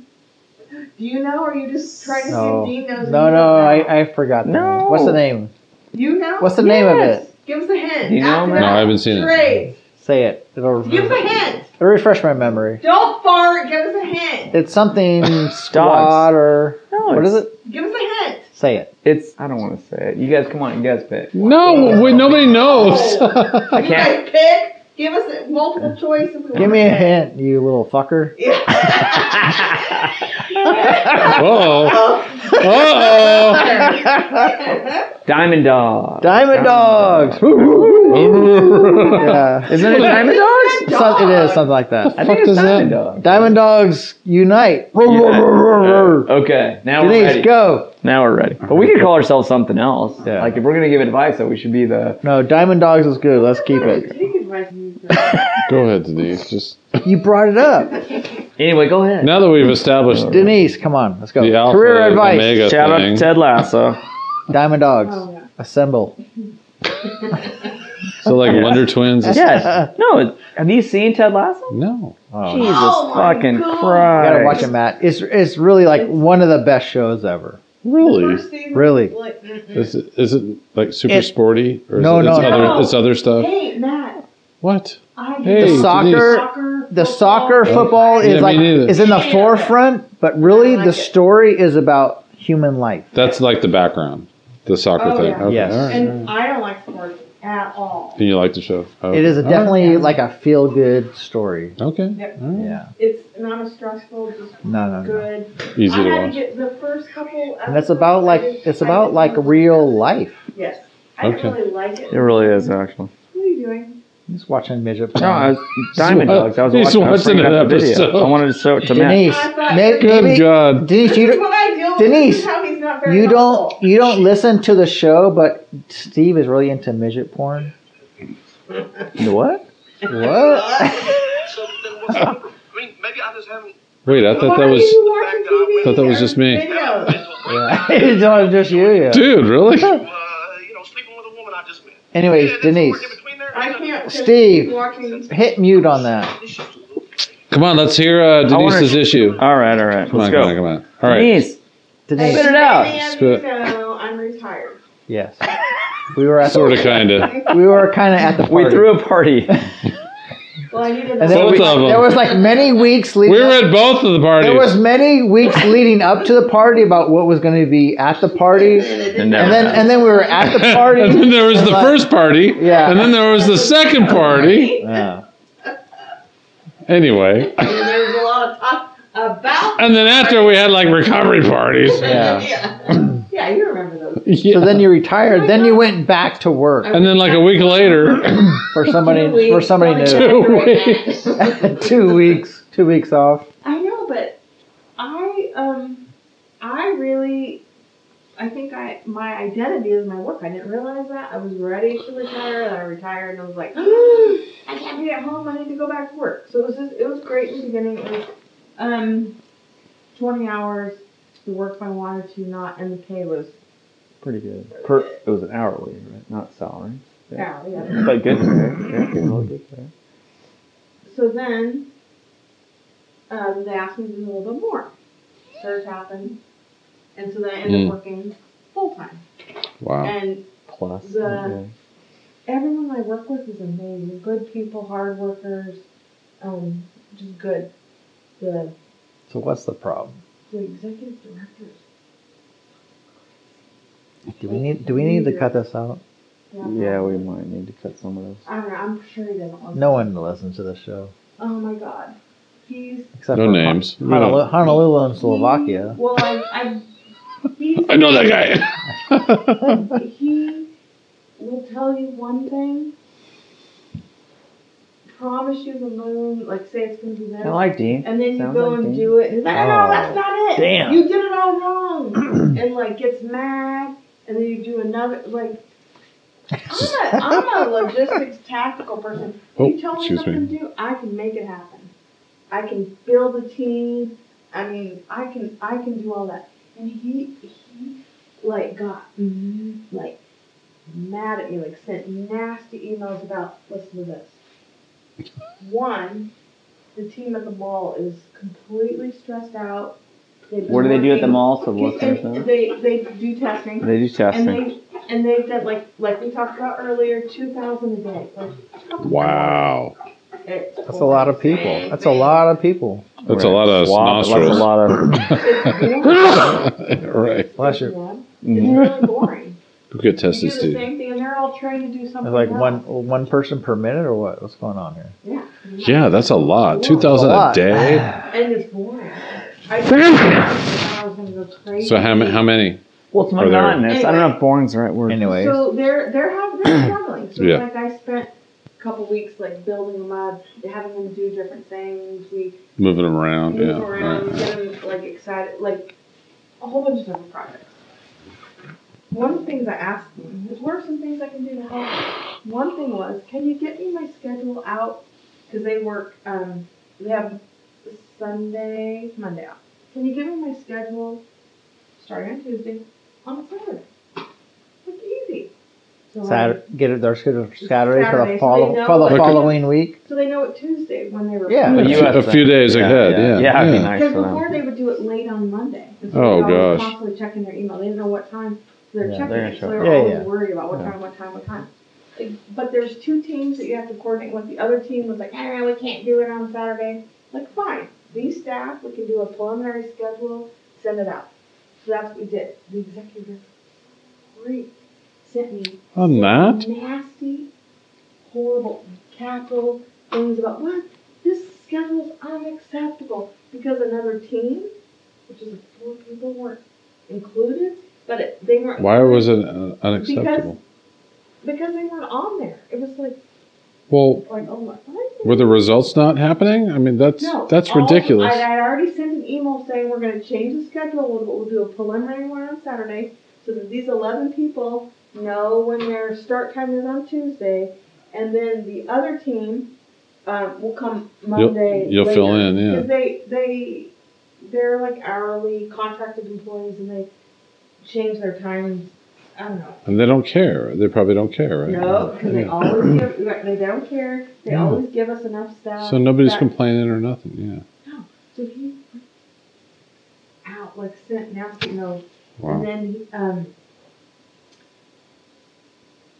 Speaker 4: Do you know, or are you just trying to
Speaker 3: No.
Speaker 4: see if Dean
Speaker 3: No,
Speaker 4: knows? and you
Speaker 3: no,
Speaker 4: don't know?
Speaker 3: I, I forgot. The
Speaker 6: No.
Speaker 3: name. What's the name?
Speaker 4: You know?
Speaker 3: What's the name of
Speaker 4: Yes. Give us a hint.
Speaker 6: You know,
Speaker 4: After
Speaker 6: man?
Speaker 5: No,
Speaker 4: that,
Speaker 5: I haven't seen it.
Speaker 4: Great.
Speaker 3: Say it. It'll,
Speaker 4: Give us a hint.
Speaker 3: it'll refresh my memory.
Speaker 4: Don't fart. Give us a hint.
Speaker 3: It's something squad or
Speaker 6: No,
Speaker 3: what is
Speaker 6: it's-
Speaker 3: it?
Speaker 4: Give us a hint.
Speaker 3: Say it.
Speaker 6: It's I don't want to say it. You guys, come on, you guys pick.
Speaker 5: No. Wait. Nobody knows.
Speaker 6: I
Speaker 4: You
Speaker 6: can't.
Speaker 4: guys pick. Give us a multiple choice. If we
Speaker 3: Give me a hint, you little fucker.
Speaker 5: oh. Uh
Speaker 6: Diamond Dog.
Speaker 3: Diamond dogs.
Speaker 5: oh.
Speaker 3: yeah.
Speaker 6: Isn't it Diamond Dogs?
Speaker 3: Some, it is something like that.
Speaker 6: I
Speaker 5: fuck
Speaker 6: think it's
Speaker 5: does
Speaker 6: Diamond
Speaker 5: that-
Speaker 6: Dog.
Speaker 3: Diamond dogs unite.
Speaker 6: Okay, now we're ready.
Speaker 3: Denise, go.
Speaker 6: Now we're ready. But we could call ourselves something else.
Speaker 3: Yeah.
Speaker 6: Like if we're gonna give advice, that we should be the
Speaker 3: No, Diamond Dogs is good. Let's keep it.
Speaker 4: Take advice from you, sir.
Speaker 5: Go ahead, Denise. Just
Speaker 3: You brought it up.
Speaker 6: anyway. Go ahead.
Speaker 5: now that we've established
Speaker 3: Denise, come on. Let's go.
Speaker 5: the alpha
Speaker 3: Career
Speaker 5: and
Speaker 3: advice.
Speaker 5: omega
Speaker 6: Shout out
Speaker 5: thing.
Speaker 6: to Ted Lasso.
Speaker 3: Diamond Dogs.
Speaker 4: Oh, yeah.
Speaker 3: Assemble.
Speaker 5: So like Wonder Twins. is-
Speaker 6: yes. No. it- Have you seen Ted Lasso?
Speaker 5: No.
Speaker 3: Oh,
Speaker 6: Jesus
Speaker 4: Oh my
Speaker 6: fucking
Speaker 4: God.
Speaker 6: Christ!
Speaker 3: you gotta watch it, Matt. It's, it's really like one of the best shows ever.
Speaker 5: Really?
Speaker 4: First thing,
Speaker 3: Really?
Speaker 4: like, mm-mm.
Speaker 5: Is it, is it like super
Speaker 3: It-
Speaker 5: sporty or is
Speaker 3: No,
Speaker 5: it, it's
Speaker 3: no,
Speaker 5: other
Speaker 4: no.
Speaker 5: it's other stuff?
Speaker 4: Hey, Matt.
Speaker 5: What?
Speaker 4: I
Speaker 5: Hey,
Speaker 4: do
Speaker 5: The
Speaker 3: soccer-
Speaker 5: Denise.
Speaker 4: soccer,
Speaker 3: the
Speaker 4: football.
Speaker 3: soccer football
Speaker 5: Yeah,
Speaker 3: is
Speaker 5: me
Speaker 3: like
Speaker 5: neither.
Speaker 3: is in the
Speaker 4: Yeah.
Speaker 3: forefront, but really
Speaker 4: I like
Speaker 3: the
Speaker 4: it.
Speaker 3: story is about human life.
Speaker 5: That's like the background, the soccer
Speaker 4: Oh,
Speaker 5: thing.
Speaker 4: yeah.
Speaker 5: Okay,
Speaker 3: Yes.
Speaker 5: all right.
Speaker 4: And I don't like sports at all.
Speaker 5: And you like the show? Oh,
Speaker 3: It is a
Speaker 5: all right.
Speaker 3: definitely like a feel good story.
Speaker 5: Okay.
Speaker 4: Yep.
Speaker 5: all right.
Speaker 3: Yeah.
Speaker 4: It's not a stressful, just
Speaker 3: No, no, no.
Speaker 4: good.
Speaker 5: Easy
Speaker 4: I
Speaker 5: to
Speaker 4: had to
Speaker 5: watch.
Speaker 4: get the first couple.
Speaker 3: And it's about like
Speaker 4: episodes, I
Speaker 3: it's
Speaker 4: didn't- I
Speaker 3: about
Speaker 4: didn't
Speaker 3: like
Speaker 4: really-
Speaker 3: real life.
Speaker 4: Yes. I didn't
Speaker 5: Okay.
Speaker 4: really like it.
Speaker 6: It really is actually.
Speaker 4: What are you doing?
Speaker 3: Just watching midget.
Speaker 6: No, I was Diamond
Speaker 5: wa-
Speaker 6: Dogs. I was
Speaker 5: he's
Speaker 6: watching, I was
Speaker 5: watching
Speaker 6: bringing
Speaker 5: an
Speaker 6: up the video.
Speaker 5: episode.
Speaker 6: I wanted to show it to Matt.
Speaker 3: Denise, may-
Speaker 5: Good
Speaker 3: maybe-
Speaker 5: God.
Speaker 3: Denise,
Speaker 4: This is
Speaker 3: you
Speaker 4: what I deal with.
Speaker 3: Denise,
Speaker 4: This is how he's not very
Speaker 3: you
Speaker 4: helpful.
Speaker 3: don't you don't listen to the show, but Steve is really into midget porn.
Speaker 6: What?
Speaker 3: What?
Speaker 8: So then what's up? I mean, maybe others haven't.
Speaker 5: Wait, I thought
Speaker 4: Why
Speaker 5: that
Speaker 4: are
Speaker 5: was.
Speaker 4: you watching TV
Speaker 5: thought that was
Speaker 4: or
Speaker 5: just me.
Speaker 4: videos?
Speaker 3: it's not just you. Yeah.
Speaker 5: Dude, really?
Speaker 8: Uh, you know, sleeping with a woman I just met.
Speaker 3: Anyways, Denise,
Speaker 4: I can't. 'cause
Speaker 3: Steve.
Speaker 4: he's Watching.
Speaker 3: hit mute on that.
Speaker 5: Come on, let's hear uh,
Speaker 6: I wanna-
Speaker 5: Denise's issue.
Speaker 6: All right, all right.
Speaker 5: Come
Speaker 6: Let's
Speaker 5: on,
Speaker 6: go.
Speaker 5: come on, come on. All right.
Speaker 6: Denise,
Speaker 3: Denise,
Speaker 6: Spit it out.
Speaker 4: Hey,
Speaker 5: Spit it.
Speaker 4: man, you know, I'm retired.
Speaker 3: yes. We were at
Speaker 5: Sort of, kind of.
Speaker 3: the, we were kind of at the
Speaker 6: we
Speaker 3: party.
Speaker 6: threw a party.
Speaker 4: Well, I need
Speaker 3: And there,
Speaker 5: Both
Speaker 3: was,
Speaker 5: of
Speaker 3: like,
Speaker 5: them.
Speaker 3: there was like many weeks leading.
Speaker 5: We were
Speaker 3: up,
Speaker 5: at both of the parties.
Speaker 3: there was many weeks leading up to the party about what was going to be at the party,
Speaker 6: And
Speaker 3: and then and then we were at the party.
Speaker 5: and then there was the
Speaker 3: Like-
Speaker 5: first party.
Speaker 3: Yeah.
Speaker 5: And then there was the second party.
Speaker 3: Yeah.
Speaker 5: Anyway.
Speaker 4: And there's a lot of talk about.
Speaker 5: And then after we had like recovery parties.
Speaker 3: Yeah.
Speaker 4: Yeah. yeah, you remember those.
Speaker 5: Yeah.
Speaker 3: So then you retired. Then you went back to work
Speaker 5: and then like a week later,
Speaker 3: for somebody
Speaker 4: Two weeks,
Speaker 3: for somebody
Speaker 4: probably
Speaker 3: new.
Speaker 5: Two
Speaker 4: right
Speaker 5: weeks.
Speaker 4: now.
Speaker 3: two weeks. Two weeks off.
Speaker 4: I know, but I um I really I think I my identity is my work. I didn't realize that. I was ready to retire, and I retired, and I was like, I can't be at home. I need to go back to work. So it was just, it was great in the beginning. It was um twenty hours, the work I wanted to, not and the pay was
Speaker 6: Pretty good. Per, it was an hourly, right? Not salary.
Speaker 4: yeah yeah.
Speaker 6: But good. Yeah, really good.
Speaker 4: So then, um, they asked me to do a little bit more. Surge happened, and so then I ended
Speaker 5: Mm.
Speaker 4: up working full time.
Speaker 5: wow.
Speaker 4: And
Speaker 6: Plus.
Speaker 4: The- everyone I work with is amazing. Good people, hard workers, um, just good. The
Speaker 3: So what's the problem?
Speaker 4: the executive directors.
Speaker 3: Do we need Do we need to cut this out?
Speaker 4: Yeah.
Speaker 6: yeah. yeah, we might need to cut some of those.
Speaker 4: I don't know. I'm sure he doesn't listen.
Speaker 3: No one listens to the show
Speaker 4: Oh my God. He's
Speaker 3: except
Speaker 5: No
Speaker 3: for
Speaker 5: names. We don't-
Speaker 3: Honolulu, Honolulu and Slovakia.
Speaker 4: Well, I I he's
Speaker 5: I know that guy.
Speaker 4: he will tell you one thing, promise you the moon, like say it's gonna be this,
Speaker 6: like Dean.
Speaker 4: and then you
Speaker 6: sounds
Speaker 4: go
Speaker 6: like
Speaker 4: and
Speaker 6: Dan.
Speaker 4: do it, and he's like, no,
Speaker 3: Oh,
Speaker 4: that's not it.
Speaker 3: damn.
Speaker 4: You did it all wrong, and like gets mad, and then you do another like. I'm a, I'm a logistics tactical person.
Speaker 5: Oh,
Speaker 4: you tell me
Speaker 5: excuse me.
Speaker 4: something to do, I can make it happen. I can build a team. I mean, I can I can do all that. And he he like got mm, like mad at me, like sent nasty emails about listen to this. One, the team at the mall is completely stressed out. They've been
Speaker 6: What do they do at the
Speaker 4: working-
Speaker 6: mall? So what's
Speaker 4: They,
Speaker 6: their thing?
Speaker 4: they they do testing.
Speaker 6: They do testing.
Speaker 4: And they and they've done like like we talked about earlier, two thousand a day. Like,
Speaker 5: wow.
Speaker 4: it's
Speaker 3: That's a lot of people. That's a lot of people.
Speaker 5: That's a lot of
Speaker 6: Swab, That's
Speaker 5: nostrils.
Speaker 6: a lot of.
Speaker 5: right.
Speaker 3: Bless
Speaker 4: It's
Speaker 3: you.
Speaker 6: Mm-hmm.
Speaker 4: really boring.
Speaker 5: Who could test
Speaker 4: you
Speaker 5: this
Speaker 4: do the
Speaker 5: dude?
Speaker 4: same thing, and they're all trying to do something.
Speaker 3: It's like
Speaker 4: else.
Speaker 3: one one person per minute or what? What's going on here?
Speaker 4: Yeah.
Speaker 5: Yeah, that's a lot.
Speaker 4: That's a Ah.
Speaker 5: Two thousand a
Speaker 3: lot.
Speaker 5: day.
Speaker 4: And it's boring. I just- I was gonna go crazy.
Speaker 5: So how ma- how many?
Speaker 6: well, it's
Speaker 5: Or they're-
Speaker 6: monotonous. I don't know if boring's the right word.
Speaker 3: Anyways,
Speaker 4: So they're they're have they're struggling. So
Speaker 5: Yeah.
Speaker 4: like I spent a couple weeks like building them up, having them do different things. We
Speaker 5: Moving them around.
Speaker 4: move
Speaker 5: Yeah.
Speaker 4: around,
Speaker 5: All right.
Speaker 4: get them like excited, like a whole bunch of different projects. One of the things I asked them is, what are some things I can do to help? One thing was, can you get me my schedule out? Because they work, um, they have Sunday, Monday off. Can you give me my schedule starting on Tuesday on Saturday? Like easy. So I-
Speaker 3: Saturday, get it. Their schedule for Saturday for
Speaker 4: Saturday,
Speaker 3: the
Speaker 4: so
Speaker 3: follow
Speaker 4: they know
Speaker 3: for the
Speaker 4: what-
Speaker 3: following week.
Speaker 4: so they know what Tuesday when they were.
Speaker 3: Yeah.
Speaker 5: A
Speaker 6: But
Speaker 5: few,
Speaker 6: you have
Speaker 5: a
Speaker 6: to-
Speaker 5: few days
Speaker 6: yeah,
Speaker 5: ahead. Yeah.
Speaker 6: Yeah, it'd be nice um,
Speaker 4: Because
Speaker 6: for
Speaker 4: before
Speaker 6: them.
Speaker 4: they would do it late on Monday. And
Speaker 5: Oh,
Speaker 4: they always
Speaker 5: gosh.
Speaker 4: Constantly checking their email. They didn't know what time so they're
Speaker 3: Yeah,
Speaker 4: checking
Speaker 6: they're
Speaker 4: it, so
Speaker 6: gonna
Speaker 4: they're
Speaker 3: check- yeah,
Speaker 4: always
Speaker 3: yeah.
Speaker 4: worried about what
Speaker 6: Yeah.
Speaker 4: time, what time, what time. Like, But there's two teams that you have to coordinate with. The other team was like, ah, we can't do it on Saturday. Like, fine. These staff, we can do a preliminary schedule, send it out. So that's what we did. The executive freak sent me
Speaker 5: On that?
Speaker 4: nasty, horrible, capital things about what this schedule's unacceptable because another team, which is four people, weren't included, but it, they weren't.
Speaker 5: Why was it uh, unacceptable?
Speaker 4: Because they weren't on there. It was like,
Speaker 5: Well,
Speaker 4: like oh my, what?
Speaker 5: were the results not happening? I mean, that's
Speaker 4: No,
Speaker 5: that's
Speaker 4: all-
Speaker 5: ridiculous.
Speaker 4: I I already sent an email saying we're going to change the schedule. We'll, we'll do a preliminary one on Saturday so that these 11 people know when their start time is on Tuesday, and then the other team um, will come Monday.
Speaker 5: you'll
Speaker 4: later.
Speaker 5: fill in, yeah.
Speaker 4: 'Cause They they they're like hourly contracted employees, and they change their times. I don't know.
Speaker 5: and they don't care. They probably don't care, right?
Speaker 4: No, because they
Speaker 5: Yeah.
Speaker 4: always give, they don't care. They always give us enough stuff.
Speaker 5: So nobody's
Speaker 4: that-
Speaker 5: complaining or nothing. Yeah.
Speaker 4: so he went out like sent nasty notes, and
Speaker 5: Wow.
Speaker 4: then he, um,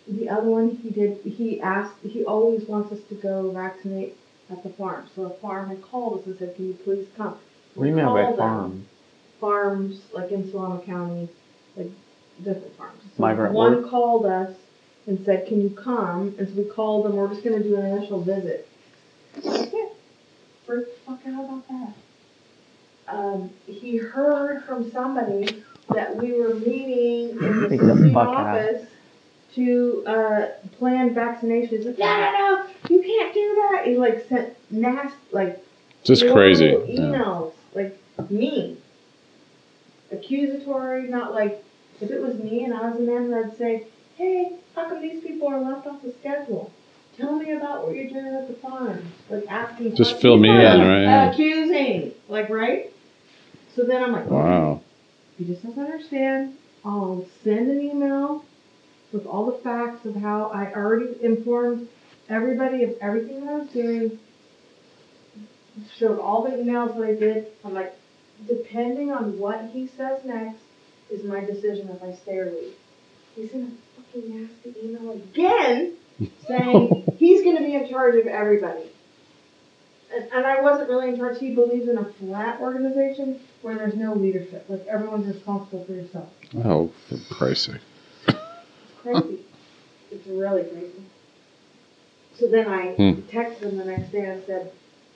Speaker 4: the other one he did. He asked. He always wants us to go vaccinate at the farm. So a farm had called us and said, "Can you please come?"
Speaker 6: What do you mean by
Speaker 4: called them
Speaker 6: farm?
Speaker 4: farms like in Solano County, like different farms. So
Speaker 6: Migrant
Speaker 4: one called us and said, "Can you come?" And so we called them. We're just going to do an initial visit. Yeah, freak the fuck out about that. Um, he heard from somebody that we were meeting in the
Speaker 6: Freak the
Speaker 4: city
Speaker 6: fuck out.
Speaker 4: office to uh, plan vaccinations. Like, no, no, no, you can't do that. He like sent nasty, like
Speaker 5: Just
Speaker 4: Little
Speaker 5: crazy. Yeah.
Speaker 4: Emails like mean, accusatory. Not like if it was me and I was a man, I'd say, "Hey, how come these people are left off the schedule? Tell me about what you're doing at the farm." Like asking.
Speaker 5: Just
Speaker 4: questions.
Speaker 5: fill me in,
Speaker 4: Yeah.
Speaker 5: right? Yeah.
Speaker 4: Accusing, like right. So then I'm like,
Speaker 5: Wow.
Speaker 4: he just doesn't understand. I'll send an email with all the facts of how I already informed everybody of everything that I was doing. Showed all the emails that I did. I'm like, depending on what he says next is my decision if I stay or leave. He sent a fucking nasty email again saying he's going to be in charge of everybody. And, and I wasn't really in charge. He believes in a flat organization where there's no leadership. Like everyone's responsible for yourself.
Speaker 5: Oh, for Christ's sake.
Speaker 4: It's crazy. it's really crazy. So then I
Speaker 5: Hmm.
Speaker 4: texted him the next day and said,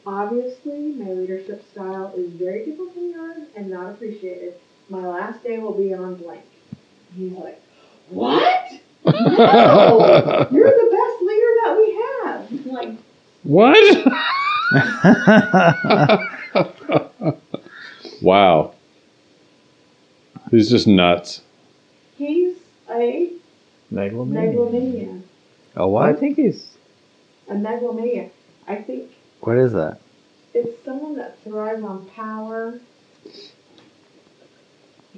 Speaker 4: obviously my leadership style is very different from yours and not appreciated. My last day will be on blank. He's like, what? No, you're the best leader that we have. I'm like,
Speaker 5: What? wow. He's just nuts.
Speaker 4: he's a
Speaker 3: Oh,
Speaker 4: megalomaniac.
Speaker 7: A
Speaker 6: I
Speaker 7: what?
Speaker 6: think he's
Speaker 4: A megalomaniac. I think
Speaker 7: What is that?
Speaker 4: it's someone that thrives on power.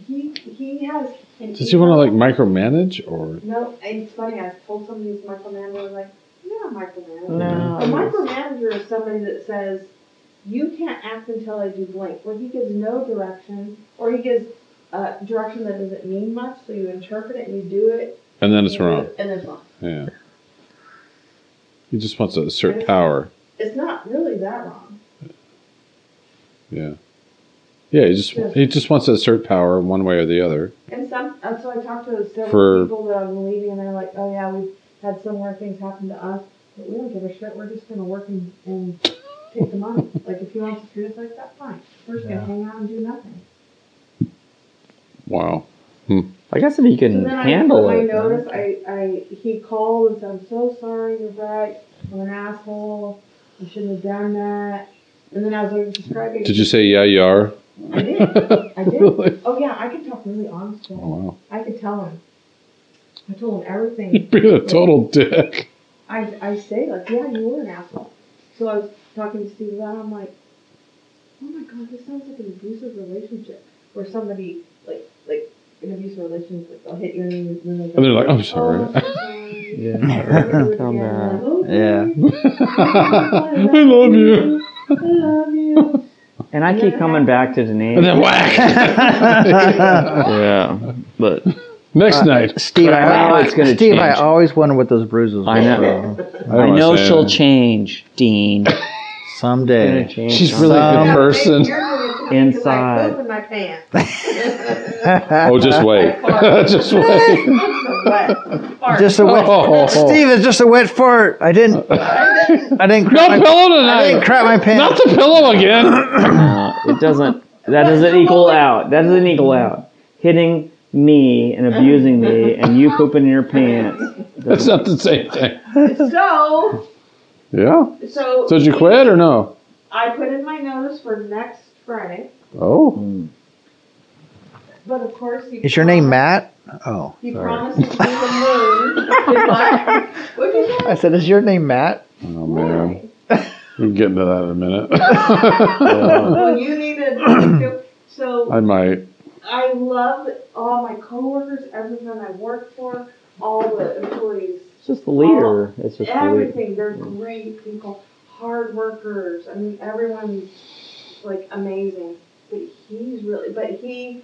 Speaker 4: He he has. an
Speaker 5: Does he want to like
Speaker 4: ego.
Speaker 5: micromanage or?
Speaker 4: No, and it's funny. I told somebody who's micromanager. I'm like, you're not a micromanager.
Speaker 6: no.
Speaker 4: A micromanager is somebody that says, you can't act until I do blank. Where he gives no direction, or he gives uh, direction that doesn't mean much. So you interpret it and you do it.
Speaker 5: And then it's
Speaker 4: you do
Speaker 5: wrong.
Speaker 4: it, And it's wrong.
Speaker 5: Yeah. He just wants to assert power.
Speaker 4: It's not really that wrong.
Speaker 5: Yeah. Yeah. He just he just wants to assert power one way or the other.
Speaker 4: And some, and so I talked to several
Speaker 5: For-
Speaker 4: people that I'm leaving, and they're like, oh yeah, we've had similar things happen to us, but we don't give a shit. We're just gonna work and, and take the money. like if you want to treat us like that, fine. We're just gonna hang out and do nothing.
Speaker 5: Wow.
Speaker 6: I guess if he
Speaker 4: So
Speaker 6: can
Speaker 4: then
Speaker 6: handle
Speaker 4: I, I
Speaker 6: it.
Speaker 4: noticed I, I he called and said, I'm so sorry, you're right. I'm an asshole. You shouldn't have done that. And then I was like describing
Speaker 5: Did you say yeah you are?
Speaker 4: I did. I did. oh yeah, I can talk really honest with
Speaker 5: Oh,
Speaker 4: him.
Speaker 5: wow.
Speaker 4: I could tell him. I told him everything.
Speaker 5: You'd be a total dick.
Speaker 4: I, I say like, yeah, you were an asshole. So I was talking to Steve about. it, I'm like, oh my god, this sounds like an abusive relationship where somebody like like an abusive relationship, like they'll hit you and then- then
Speaker 5: And they're
Speaker 4: go,
Speaker 5: like, "I'm sorry."
Speaker 4: "Oh, I'm sorry."
Speaker 7: Yeah.
Speaker 6: Come
Speaker 4: Yeah.
Speaker 7: Yeah.
Speaker 5: I love you.
Speaker 4: I love you.
Speaker 6: And I keep coming back to Denise.
Speaker 5: And then whack.
Speaker 6: yeah, but
Speaker 5: Next night.
Speaker 7: Steve,
Speaker 6: But I
Speaker 7: I
Speaker 6: know
Speaker 7: always,
Speaker 6: it's gonna
Speaker 7: Steve, I
Speaker 6: change.
Speaker 7: always wonder what those bruises were.
Speaker 6: I know.
Speaker 5: don't
Speaker 6: I
Speaker 5: wanna
Speaker 6: know
Speaker 5: say
Speaker 6: she'll
Speaker 5: anything.
Speaker 6: change, Dean.
Speaker 7: Someday.
Speaker 5: She's really a
Speaker 7: Um,
Speaker 5: good person.
Speaker 4: You're doing it I
Speaker 6: inside.
Speaker 4: poop in my pants.
Speaker 5: Oh, just wait. just wait.
Speaker 4: Fart.
Speaker 3: Just a wet.
Speaker 5: Oh.
Speaker 3: Steve, it's just a wet fart. I didn't. I didn't.
Speaker 5: No
Speaker 3: Crap my,
Speaker 5: pillow
Speaker 3: I didn't
Speaker 5: tonight.
Speaker 3: crap my
Speaker 5: Not
Speaker 3: pants.
Speaker 5: the pillow again.
Speaker 6: No, Uh, it doesn't. That doesn't equal out. That doesn't equal out. Hitting me and abusing me and you pooping in your pants.
Speaker 5: That's not the same thing.
Speaker 4: So,
Speaker 5: Yeah.
Speaker 4: so.
Speaker 5: So did you quit or no?
Speaker 4: I put in my notice for next Friday,
Speaker 5: Oh.
Speaker 4: but of course he.
Speaker 3: Is your name Matt? Oh,
Speaker 4: He promises me the moon. What'd you say?
Speaker 3: I said, is your name Matt?
Speaker 5: Oh man. We can get into that in a minute.
Speaker 4: Well, you need to. So
Speaker 5: I might.
Speaker 4: I love all my coworkers, everyone I work for, all the employees,
Speaker 6: It's just the leader. It's just the leader.
Speaker 4: everything. They're great people, hard workers. I mean, everyone's like amazing. But he's really, but he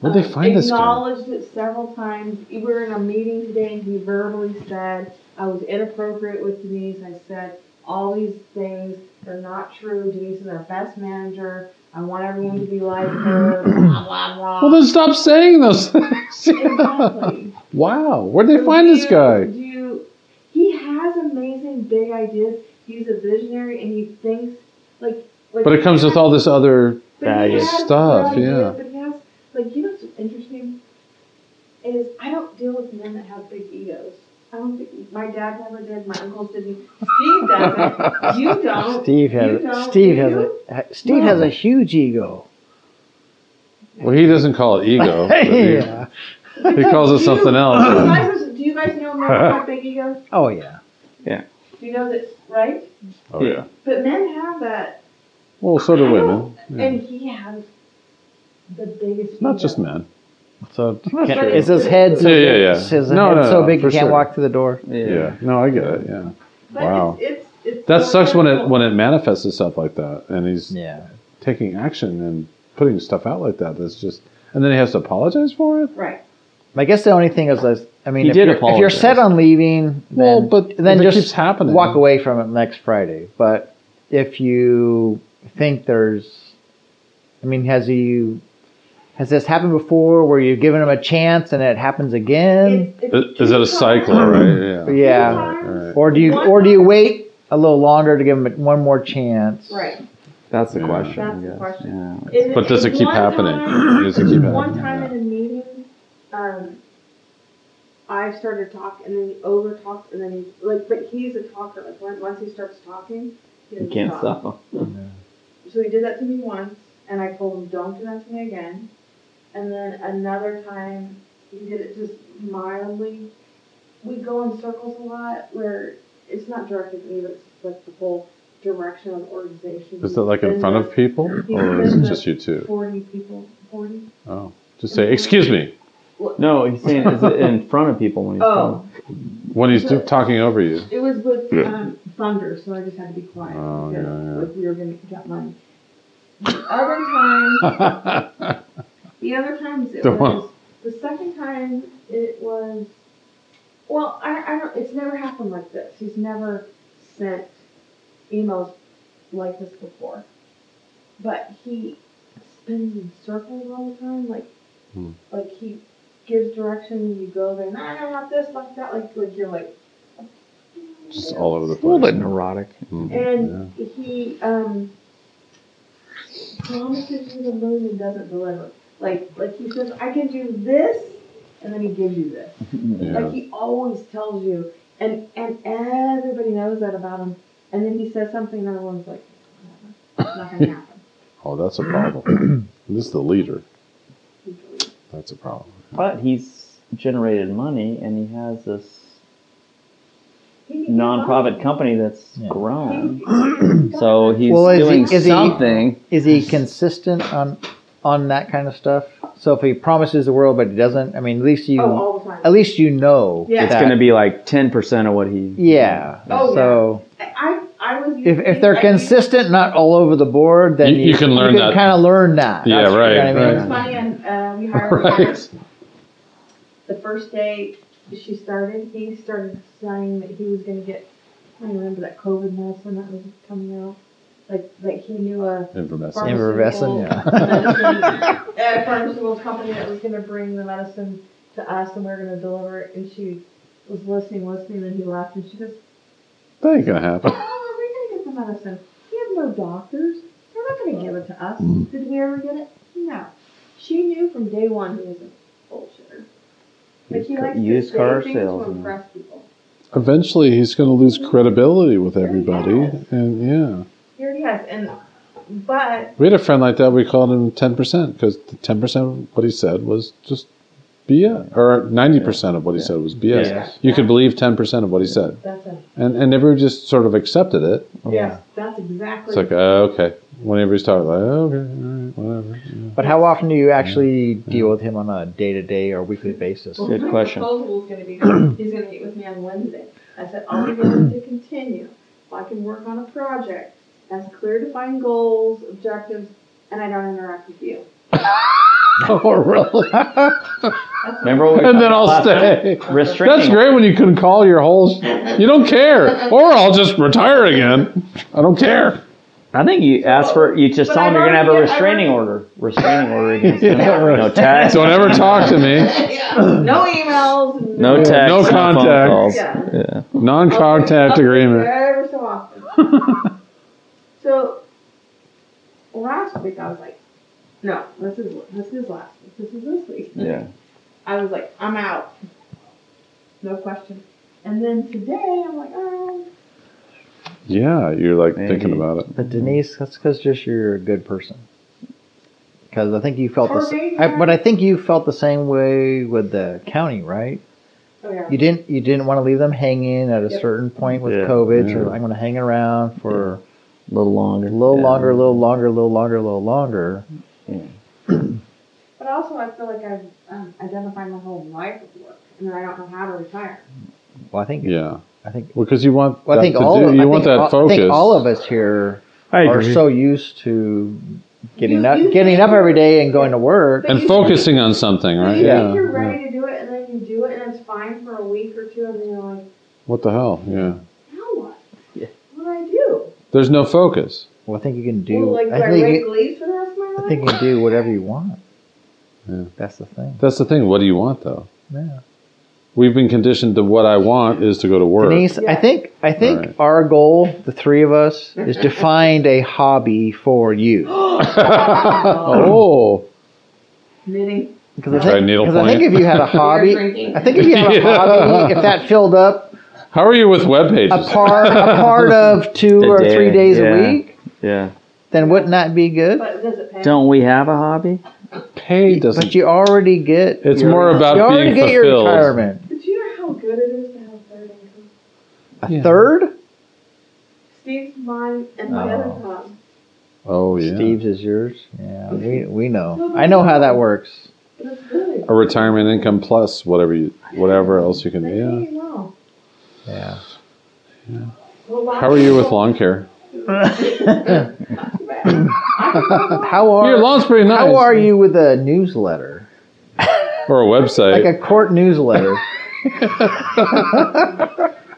Speaker 5: Where'd they
Speaker 4: uh,
Speaker 5: find this guy?
Speaker 4: acknowledged it several times. We were in a meeting today, and he verbally said, "I was inappropriate with Denise." I said all these things. They're not true. Denise is our best manager. I want everyone to be like her. blah blah blah.
Speaker 5: Well, then stop saying those things.
Speaker 4: Exactly.
Speaker 5: wow. Where'd they
Speaker 4: So
Speaker 5: find
Speaker 4: do
Speaker 5: this
Speaker 4: you-
Speaker 5: guy?
Speaker 4: Do you, he has amazing big ideas. He's a visionary, and he thinks like. like
Speaker 5: But it comes with all this other.
Speaker 4: but he
Speaker 6: baggage.
Speaker 4: has
Speaker 5: Stuff,
Speaker 4: good ideas,
Speaker 5: yeah.
Speaker 4: But he has like you know what's interesting is I don't deal with men that have big egos. I don't think my dad never did. My uncles didn't. Steve doesn't. You don't.
Speaker 3: Steve
Speaker 4: You
Speaker 3: has.
Speaker 4: don't,
Speaker 3: Steve
Speaker 4: do
Speaker 3: has
Speaker 4: you?
Speaker 3: a. Steve has a huge ego.
Speaker 5: Well, he doesn't call it ego. but he-
Speaker 3: yeah.
Speaker 5: He calls it
Speaker 4: Do you-
Speaker 5: something else.
Speaker 4: Do you guys, do you guys know men that have big egos?
Speaker 3: Oh yeah.
Speaker 4: Do you know that? Right.
Speaker 5: Oh yeah.
Speaker 4: But men have that.
Speaker 5: Well, so do
Speaker 4: I
Speaker 5: women.
Speaker 4: don't- And he has the biggest.
Speaker 5: Not just
Speaker 4: ego.
Speaker 5: men.
Speaker 3: So
Speaker 4: true.
Speaker 3: is his head so
Speaker 5: Yeah, yeah,
Speaker 3: big?
Speaker 5: yeah.
Speaker 3: is his
Speaker 5: No,
Speaker 3: head
Speaker 5: no,
Speaker 3: so
Speaker 5: no,
Speaker 3: big
Speaker 5: for
Speaker 3: you can't
Speaker 5: sure.
Speaker 3: walk through the door?
Speaker 5: Yeah. No, I get it. Yeah.
Speaker 4: But
Speaker 5: Wow.
Speaker 4: It's, it's, it's
Speaker 5: That
Speaker 4: so
Speaker 5: sucks when it
Speaker 4: wonderful.
Speaker 5: when it manifests itself like that, and he's
Speaker 3: Yeah.
Speaker 5: taking action and putting stuff out like that. That's just, and then he has to apologize for it.
Speaker 4: Right.
Speaker 3: I guess the only thing is, is I mean,
Speaker 6: He
Speaker 3: if,
Speaker 6: did
Speaker 3: you're, if you're
Speaker 6: apologize.
Speaker 3: set on leaving, then,
Speaker 5: well, but
Speaker 3: then
Speaker 5: if it
Speaker 3: just
Speaker 5: keeps happening.
Speaker 3: walk away from it next Friday. But if you think there's, I mean, has you has this happened before where you've given him a chance and it happens again?
Speaker 4: It's- it's
Speaker 5: Is, is it a
Speaker 4: two
Speaker 5: cycle,
Speaker 4: times-
Speaker 5: right? Yeah.
Speaker 4: two
Speaker 3: Um, yeah.
Speaker 4: times.
Speaker 5: All right.
Speaker 3: Or do you or do you wait a little longer to give him one more chance?
Speaker 4: Right.
Speaker 6: That's the
Speaker 5: Yeah.
Speaker 6: question.
Speaker 4: That's
Speaker 6: I
Speaker 4: the
Speaker 6: guess.
Speaker 4: question.
Speaker 6: Yeah.
Speaker 4: Is
Speaker 5: But does it
Speaker 4: is
Speaker 5: keep
Speaker 4: one
Speaker 5: happening?
Speaker 4: time-
Speaker 5: Does it keep
Speaker 4: One
Speaker 5: happening?
Speaker 4: time in a meeting, um, I started talking, and then he over talked, and then he, like, but he's a talker. Like, when- once he starts talking, he
Speaker 6: You
Speaker 4: doesn't
Speaker 6: can't stop him.
Speaker 4: So he did that to me once, and I told him, don't do that to me again. And then another time, he did it just mildly. We go in circles a lot where it's not directed at me, but it's like the whole direction of the organization.
Speaker 5: Is it like in front of people, or is it just you two?
Speaker 4: 40 people. 40?
Speaker 5: Oh, just say excuse me
Speaker 6: No, he's saying is it in front of people when he's
Speaker 4: Oh,
Speaker 5: when he's do- talking over you.
Speaker 4: it was with um, thunder, so I just had to be quiet.
Speaker 5: Oh,
Speaker 4: because
Speaker 5: yeah, yeah.
Speaker 4: Like we were going to get money. The other time,
Speaker 5: oh,
Speaker 4: The other times it
Speaker 5: The
Speaker 4: was
Speaker 5: one-
Speaker 4: the second time it was well, I, I don't it's never happened like this. He's never sent emails like this before. But he spins in circles all the time, like
Speaker 5: Hmm.
Speaker 4: like he gives direction, you go there, no, no, not this, not that, like like you're like
Speaker 5: just all over the place.
Speaker 6: a little bit neurotic.
Speaker 5: Mm,
Speaker 4: and he um, promises you the moon and doesn't deliver. Like like he says, I can do this, and then he gives you this.
Speaker 5: yeah.
Speaker 4: Like he always tells you, and and everybody knows that about him. And then he says something, and everyone's like, "Whatever, it's not gonna happen."
Speaker 5: Oh, that's a problem. this is the leader.
Speaker 4: He believes.
Speaker 5: That's a problem.
Speaker 6: But he's generated money and he has this
Speaker 4: He- he's
Speaker 6: nonprofit
Speaker 4: fine.
Speaker 6: company that's
Speaker 3: Yeah.
Speaker 6: grown.
Speaker 4: He-
Speaker 6: So he's
Speaker 3: Well, is he-
Speaker 6: doing
Speaker 3: is he-
Speaker 6: something.
Speaker 3: Is he consistent on on that kind of stuff? So if he promises the world but he doesn't, I mean, at least you
Speaker 4: oh, all the time.
Speaker 3: at least you know
Speaker 4: Yeah.
Speaker 6: It's
Speaker 3: that-
Speaker 6: going to be like 10% of what he.
Speaker 3: Yeah.
Speaker 4: Oh,
Speaker 3: so
Speaker 4: I I was
Speaker 3: if, if they're
Speaker 4: I used-
Speaker 3: consistent, not all over the board, then
Speaker 5: You- you can learn that.
Speaker 3: kind of learn that.
Speaker 5: Yeah,
Speaker 3: That's- you know
Speaker 5: right,
Speaker 3: what I mean?
Speaker 4: It's funny, and uh, we hired her.
Speaker 5: Right.
Speaker 4: the first day she started, he started saying that he was going to get, I don't remember that COVID medicine that was coming out. like like he knew a
Speaker 5: Invermessin.
Speaker 4: Pharmaceutical-
Speaker 3: Invermessin, yeah.
Speaker 4: medicine- a pharmaceutical company that was going to bring the medicine to us, and we were going to deliver it. And she was listening, listening, and he left, and she goes,
Speaker 5: That ain't gonna happen.
Speaker 4: "How are we going to get the medicine? We have no doctors. They're not going to give it to us.
Speaker 6: Mm-hmm.
Speaker 5: Mm.
Speaker 4: Did we ever get it? No." She knew from day one he was a bullshitter. Like he likes to
Speaker 6: Used
Speaker 4: say
Speaker 6: car
Speaker 4: things to
Speaker 6: salesman.
Speaker 4: impress people.
Speaker 5: Eventually, he's gonna lose credibility with everybody, and yeah.
Speaker 4: He already has, and but
Speaker 5: We had a friend like that. We called him ten percent because ten percent of what he said was just BS, or ninety percent of what he said was BS.
Speaker 9: Yeah.
Speaker 5: You could believe ten percent of what he said,
Speaker 4: that's a
Speaker 5: and and everyone just sort of accepted it.
Speaker 4: yes, that's exactly
Speaker 5: It's like oh, okay, whenever he's talking, like oh, okay, all right, whatever. yeah.
Speaker 3: But how often do you actually deal with him on a day to day or weekly basis?
Speaker 4: Well,
Speaker 6: Good
Speaker 4: my
Speaker 6: question.
Speaker 4: proposal was gonna be, he's gonna meet with me on Wednesday. I said, I'll be willing to continue if I can work on a project that's clear defined goals, objectives, and I don't interact with you.
Speaker 5: Oh really?
Speaker 6: Remember what we
Speaker 5: and then
Speaker 6: talked
Speaker 5: I'll
Speaker 6: about last time?
Speaker 5: stay.
Speaker 6: Restricting.
Speaker 5: That's great when you can call your whole. You don't care, or I'll just retire again. I don't care.
Speaker 6: I think you ask for you just
Speaker 4: But
Speaker 6: tell them
Speaker 4: I've
Speaker 6: you're gonna have a
Speaker 4: already- I've
Speaker 6: restraining
Speaker 4: already-
Speaker 6: order. Restraining order against
Speaker 5: Yeah,
Speaker 6: them.
Speaker 5: right.
Speaker 6: No text.
Speaker 5: Don't ever talk to me.
Speaker 4: No emails.
Speaker 6: No text.
Speaker 5: no
Speaker 6: phone
Speaker 5: contact.
Speaker 6: calls.
Speaker 4: Yeah.
Speaker 6: yeah.
Speaker 5: Non-contact
Speaker 4: Okay,
Speaker 5: agreement.
Speaker 4: Ever so often. So last week I was like, no, this is this is last week. This is this week.
Speaker 6: Yeah.
Speaker 4: I was like, I'm out. No question. And then today, I'm like, oh.
Speaker 5: Yeah, you're like
Speaker 6: Maybe.
Speaker 5: thinking about it.
Speaker 3: But Denise, that's because just you're a good person. Because I think you felt the
Speaker 4: Or
Speaker 3: sa-
Speaker 4: maybe
Speaker 3: I,
Speaker 4: not.
Speaker 3: but I think you felt the same way with the county, right?
Speaker 4: oh yeah.
Speaker 3: You didn't you didn't want to leave them hanging at a
Speaker 4: Yep.
Speaker 3: certain point with
Speaker 6: Yeah.
Speaker 3: COVID. You're
Speaker 5: Yeah.
Speaker 3: like, I'm going to hang around for
Speaker 6: A little longer.
Speaker 3: a little
Speaker 6: Yeah.
Speaker 3: longer, a little longer, a little longer, a little longer.
Speaker 4: But also, I feel like I've um, identified my whole life with work, and then I don't know how to retire.
Speaker 3: Well, I think
Speaker 5: Yeah,
Speaker 3: I think
Speaker 5: well, because you want
Speaker 3: well, I
Speaker 5: that
Speaker 3: think
Speaker 5: to
Speaker 3: all
Speaker 5: do-
Speaker 3: of,
Speaker 5: you
Speaker 3: I
Speaker 5: want
Speaker 3: think
Speaker 5: that
Speaker 3: all,
Speaker 5: focus.
Speaker 3: I think all of us here
Speaker 9: I
Speaker 3: are
Speaker 9: agree.
Speaker 3: so used to getting
Speaker 4: You-
Speaker 3: up
Speaker 4: you
Speaker 3: getting
Speaker 4: think
Speaker 3: up every
Speaker 4: you're-
Speaker 3: day and going to work.
Speaker 4: But
Speaker 5: and
Speaker 4: you
Speaker 5: focusing on something,
Speaker 4: Think, but
Speaker 5: right?
Speaker 4: you
Speaker 5: Yeah.
Speaker 4: think you're
Speaker 5: yeah.
Speaker 4: ready to do it, and then you do it, and it's fine for a week or two, and then you're like,
Speaker 5: What the hell? Yeah.
Speaker 4: now what?
Speaker 3: Yeah.
Speaker 4: What do I do?
Speaker 5: There's no focus.
Speaker 3: Well, I think you can do.
Speaker 4: well, like, do I,
Speaker 3: I think
Speaker 4: rake
Speaker 3: you,
Speaker 4: leaves for the rest of my life?
Speaker 3: I think you can do whatever you want.
Speaker 5: Yeah.
Speaker 3: That's the thing.
Speaker 5: That's the thing. What do you want though?
Speaker 3: Yeah.
Speaker 5: We've been conditioned to what I want is to go to work.
Speaker 3: Denise, I
Speaker 4: Yeah.
Speaker 3: think I think
Speaker 5: Alright.
Speaker 3: our goal, the three of us, is to find a hobby for you.
Speaker 5: oh,
Speaker 4: Knitting.
Speaker 3: Because I,
Speaker 5: Try
Speaker 3: think-
Speaker 5: needle
Speaker 3: 'cause I think
Speaker 5: point.
Speaker 3: if you had a
Speaker 4: beer
Speaker 3: hobby,
Speaker 4: Drinking.
Speaker 3: I think if you had a
Speaker 5: Yeah.
Speaker 3: hobby, if that filled up
Speaker 5: how are you with web
Speaker 3: a
Speaker 5: pages?
Speaker 3: part a part of two
Speaker 6: The
Speaker 3: or
Speaker 6: day,
Speaker 3: three days
Speaker 6: yeah.
Speaker 3: a week,
Speaker 6: Yeah.
Speaker 3: then wouldn't that be good?
Speaker 4: But does it pay?
Speaker 6: Don't we have a hobby?
Speaker 5: Pay doesn't.
Speaker 3: But you already get
Speaker 5: it's
Speaker 3: your-
Speaker 5: more about
Speaker 3: you already
Speaker 5: being
Speaker 3: get your
Speaker 5: fulfilled.
Speaker 3: retirement.
Speaker 4: But you know how good it is to have a third income.
Speaker 3: A
Speaker 5: Yeah.
Speaker 3: third?
Speaker 4: Steve's mine and my
Speaker 3: Oh.
Speaker 4: other mom.
Speaker 5: Oh yeah.
Speaker 3: Steve's is yours. Yeah, we, we know. I know how that works.
Speaker 4: But it's good.
Speaker 5: A retirement income plus whatever you, whatever else you can.
Speaker 4: Like,
Speaker 5: Yeah.
Speaker 4: hey, no.
Speaker 3: Yeah.
Speaker 4: Well, lots
Speaker 5: How are you
Speaker 4: of
Speaker 5: with
Speaker 4: people-
Speaker 5: lawn care?
Speaker 3: How are
Speaker 5: Your lawn's pretty nice.
Speaker 3: How are you with a newsletter?
Speaker 5: Or a website.
Speaker 3: Like a court newsletter.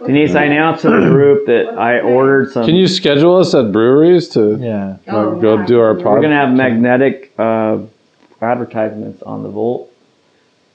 Speaker 6: Denise, I announced to the group that I ordered some.
Speaker 5: Can you schedule us at breweries to
Speaker 3: yeah.
Speaker 5: uh,
Speaker 4: Oh,
Speaker 5: go
Speaker 4: yeah.
Speaker 5: do our
Speaker 6: We're
Speaker 5: pod?
Speaker 6: gonna have magnetic uh, advertisements on the Volt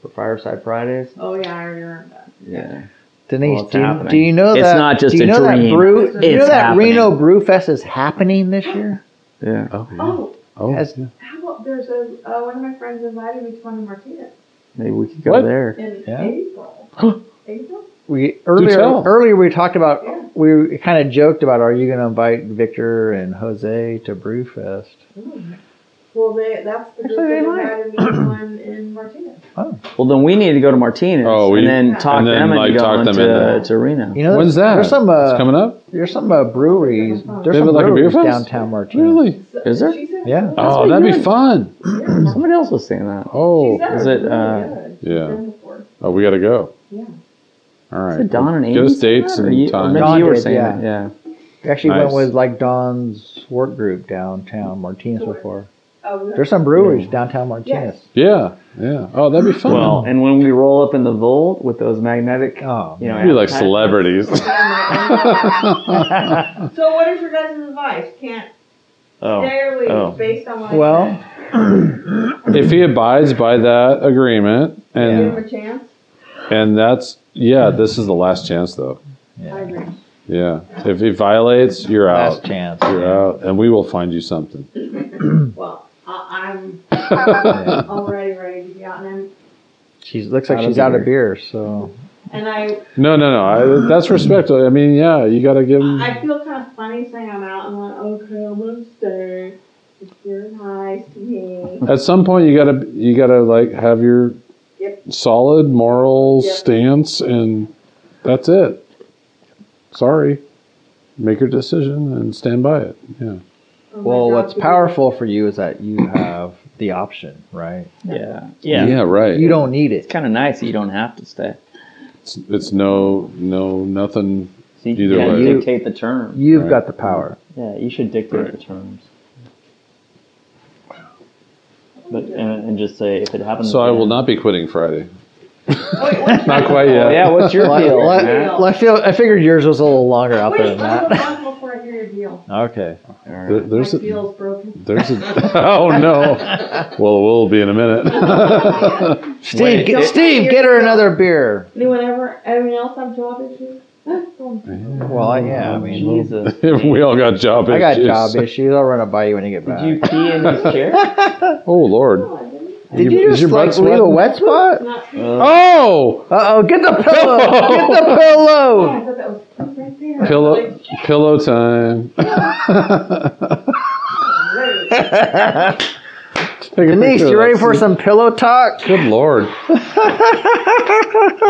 Speaker 6: for Fireside Fridays.
Speaker 4: Oh yeah, I remember that.
Speaker 6: Yeah.
Speaker 3: Denise,
Speaker 6: Well, it's
Speaker 3: do, you,
Speaker 6: happening.
Speaker 3: do you know
Speaker 6: It's
Speaker 3: that?
Speaker 6: not just
Speaker 3: do you
Speaker 6: a
Speaker 3: know That
Speaker 6: dream.
Speaker 3: brew, do you
Speaker 6: It's
Speaker 3: know that
Speaker 6: happening.
Speaker 3: Reno Brewfest is happening this year?
Speaker 6: Yeah.
Speaker 5: Oh, yeah.
Speaker 4: Oh,
Speaker 5: oh
Speaker 3: Has-
Speaker 5: yeah.
Speaker 4: how about there's a uh, one of my friends invited me to one of Martinez
Speaker 6: Maybe we could go
Speaker 5: What?
Speaker 6: there.
Speaker 4: in
Speaker 3: Yeah.
Speaker 4: April. April?
Speaker 3: We earlier
Speaker 5: tell.
Speaker 3: earlier we talked about
Speaker 4: Yeah.
Speaker 3: we kind of joked about are you going to invite Victor and Jose to Brewfest?
Speaker 4: Well, they that's the
Speaker 3: Actually,
Speaker 4: group
Speaker 3: they
Speaker 4: that
Speaker 3: might.
Speaker 4: invited me to one in Martinez.
Speaker 6: Well, then we need to go to Martinez
Speaker 5: Oh, we-
Speaker 6: and then talk
Speaker 5: and then,
Speaker 6: them
Speaker 5: like,
Speaker 6: and go
Speaker 5: talk
Speaker 6: on
Speaker 5: them
Speaker 6: to,
Speaker 5: into-
Speaker 6: to Reno.
Speaker 3: You know,
Speaker 5: When's that?
Speaker 3: There's some
Speaker 5: it's
Speaker 3: uh,
Speaker 5: coming up.
Speaker 3: there's some uh, breweries. There's
Speaker 5: They have
Speaker 3: some
Speaker 5: like a beer
Speaker 3: breweries
Speaker 5: fest.
Speaker 3: downtown Martinez.
Speaker 5: Really?
Speaker 4: So-
Speaker 6: Is there?
Speaker 4: She said
Speaker 3: Yeah.
Speaker 4: it's
Speaker 5: Oh,
Speaker 6: what
Speaker 5: that'd
Speaker 6: you're
Speaker 5: be fun.
Speaker 4: really good. Yeah.
Speaker 6: Somebody else was saying that.
Speaker 4: She
Speaker 5: Oh,
Speaker 4: said
Speaker 6: Is
Speaker 4: was
Speaker 6: it,
Speaker 4: really
Speaker 6: uh,
Speaker 4: good. She's
Speaker 5: yeah.
Speaker 4: been before.
Speaker 5: oh, we gotta go.
Speaker 4: Yeah.
Speaker 5: All right.
Speaker 6: Is it Don and Amy?
Speaker 5: Give us dates
Speaker 6: Or
Speaker 5: and
Speaker 6: you, or
Speaker 5: time.
Speaker 6: maybe
Speaker 3: Don
Speaker 6: you were
Speaker 3: did,
Speaker 6: saying
Speaker 3: yeah.
Speaker 6: that. Yeah.
Speaker 3: We actually
Speaker 5: Nice.
Speaker 3: went with like Don's work group downtown Martinez
Speaker 4: Sure.
Speaker 3: before.
Speaker 4: Oh, we-
Speaker 3: There's some breweries downtown Martinez.
Speaker 5: Yeah, yeah. Oh, that'd be fun.
Speaker 6: Well, and when we roll up in the Volt with those magnetic,
Speaker 3: Oh,
Speaker 6: you know,
Speaker 5: We'd be like
Speaker 6: advertisements,
Speaker 5: celebrities.
Speaker 4: Yeah, my- so what is your guys' advice? Can't
Speaker 6: Oh.
Speaker 4: There we
Speaker 6: Oh.
Speaker 4: based on what I
Speaker 3: Well,
Speaker 5: If he abides by that agreement,
Speaker 4: said.
Speaker 5: and
Speaker 4: give him a chance.
Speaker 5: and that's yeah, this is the last chance though.
Speaker 4: I agree.
Speaker 5: Yeah, if he violates, you're
Speaker 3: last
Speaker 5: out.
Speaker 3: chance.
Speaker 5: You're out, and we will find you something.
Speaker 4: Well, I, I'm
Speaker 5: yeah,
Speaker 4: already ready to be out, and
Speaker 3: She looks like
Speaker 6: Out of
Speaker 3: she's out of
Speaker 6: beer.
Speaker 3: beer, so
Speaker 4: I'm, and I
Speaker 5: No, no, no. I, that's respectful. I mean, yeah, you got to give
Speaker 3: Mm.
Speaker 5: him.
Speaker 4: I feel kind of funny saying I'm out. I'm like, okay, I'm gonna stay. It's very nice to me. Oh
Speaker 5: At some point, you gotta you gotta like have your
Speaker 4: Yep.
Speaker 5: solid moral
Speaker 4: Yep.
Speaker 5: stance, and that's it. Sorry, make your decision and stand by it. Yeah.
Speaker 4: Oh my
Speaker 3: well,
Speaker 4: God,
Speaker 3: what's
Speaker 4: people-
Speaker 3: powerful for you is that you have the option, right?
Speaker 6: Yeah. Yeah.
Speaker 5: right.
Speaker 3: You don't need it.
Speaker 6: It's kind of nice that you don't have to stay.
Speaker 5: It's, it's no no nothing.
Speaker 6: So you
Speaker 5: Either
Speaker 6: can
Speaker 5: way.
Speaker 6: dictate the terms.
Speaker 3: You've
Speaker 5: Right.
Speaker 3: got the power.
Speaker 6: Yeah, you should dictate the terms. But and, and just say if it happens.
Speaker 5: So I will
Speaker 6: again-
Speaker 5: not be quitting Friday.
Speaker 4: Oh, wait, what's
Speaker 5: Not quite yet.
Speaker 6: Oh, yeah, what's your
Speaker 3: Well, I-
Speaker 6: deal?
Speaker 3: well, I-
Speaker 6: Matt?
Speaker 3: well, I feel I figured yours was a little longer out there
Speaker 4: Wait,
Speaker 3: than
Speaker 4: I'm
Speaker 3: that.
Speaker 4: responsible before I hear your deal.
Speaker 3: Okay.
Speaker 5: There-
Speaker 4: My
Speaker 5: there's a,
Speaker 4: deal's broken.
Speaker 5: there's a, oh no. Well, we'll be in a minute.
Speaker 3: Steve,
Speaker 6: Wait,
Speaker 3: get,
Speaker 4: it-
Speaker 3: Steve, get her another beer.
Speaker 4: Anyone ever, anyone else have job issues? Oh,
Speaker 3: Well, I- yeah, I mean,
Speaker 6: Jesus.
Speaker 5: we all got job
Speaker 3: I got
Speaker 5: issues.
Speaker 3: job issues. I'll run it by you when you get back.
Speaker 6: Did you pee in his chair?
Speaker 5: Oh Lord.
Speaker 4: No, I didn't.
Speaker 3: Did
Speaker 5: Your-
Speaker 3: you
Speaker 5: is
Speaker 3: just
Speaker 5: your butt
Speaker 3: like leave a
Speaker 5: sweating?
Speaker 3: wet spot?
Speaker 4: Not,
Speaker 5: Oh,
Speaker 3: Uh oh, get the pillow! Get the
Speaker 4: oh,
Speaker 3: pillow!
Speaker 4: I thought that was right there.
Speaker 5: pillow
Speaker 4: Like,
Speaker 5: pillow time.
Speaker 4: wait.
Speaker 5: Take a
Speaker 3: Denise,
Speaker 5: picture of
Speaker 3: you ready
Speaker 5: that.
Speaker 3: for some pillow talk?
Speaker 5: Good lord.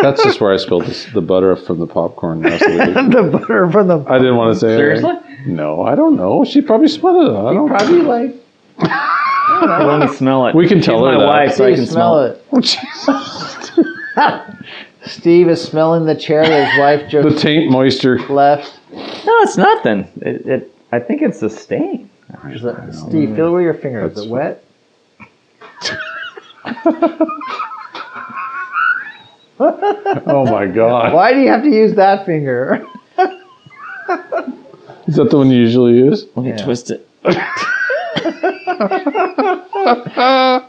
Speaker 5: That's just where I spilled this, the butter from the popcorn last week.
Speaker 3: the butter from the.
Speaker 5: I didn't want to say anything. No, I don't know. She probably spilled it. I don't.
Speaker 3: Probably like.
Speaker 6: Let me smell it.
Speaker 5: We can tell
Speaker 6: She's
Speaker 5: her
Speaker 6: my
Speaker 5: that.
Speaker 6: wife, so I
Speaker 3: Steve,
Speaker 6: can
Speaker 3: smell,
Speaker 6: smell it.
Speaker 3: it. Steve is smelling the chair that his wife
Speaker 5: the
Speaker 3: just
Speaker 5: taint moisture.
Speaker 3: left.
Speaker 6: No, it's nothing. It, it, I think it's the stain.
Speaker 3: Is that- Steve, feel where your finger is. Is it wet?
Speaker 5: Oh my god.
Speaker 3: Why do you have to use that finger?
Speaker 5: Is that the one you usually use?
Speaker 6: Let me
Speaker 3: Yeah.
Speaker 6: twist it.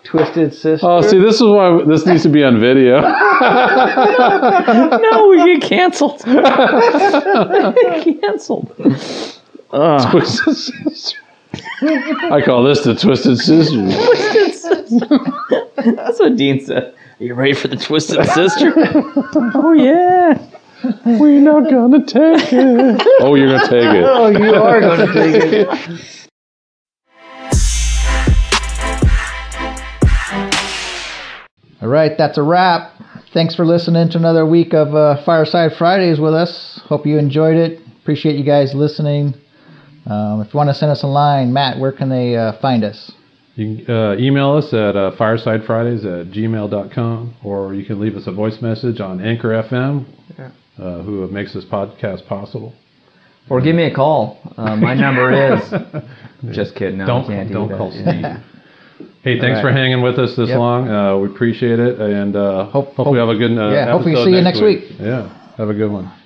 Speaker 3: Twisted sister.
Speaker 5: Oh, see, this is why this needs to be on video.
Speaker 6: No, we get canceled. canceled. Ugh.
Speaker 5: Twisted Sister. I call this the twisted scissors.
Speaker 6: That's what Dean said. Are you ready for the twisted sister? oh yeah.
Speaker 5: We're not gonna take it. Oh, you're gonna take it.
Speaker 3: Oh, you are going to take it. All right, that's a wrap. Thanks for listening to another week of uh, Fireside Fridays with us. Hope you enjoyed it. Appreciate you guys listening. Um, if you want to send us a line, Matt, where can they uh, find us?
Speaker 10: You can uh, email us at uh, firesidefridays at gmail.com or you can leave us a voice message on Anchor FM, uh, who makes this podcast possible.
Speaker 11: Or give me a call. Uh, my number is. Just kidding. No, I
Speaker 10: don't
Speaker 11: can't do
Speaker 10: don't
Speaker 11: that.
Speaker 10: call
Speaker 11: Yeah.
Speaker 10: Steve. Hey, thanks for hanging with us this
Speaker 3: Yep.
Speaker 10: long. Uh, we appreciate it, and uh, hope, hope, we have a good uh,
Speaker 3: yeah, hope we
Speaker 10: episode
Speaker 3: see you next
Speaker 10: Yeah, have a good one.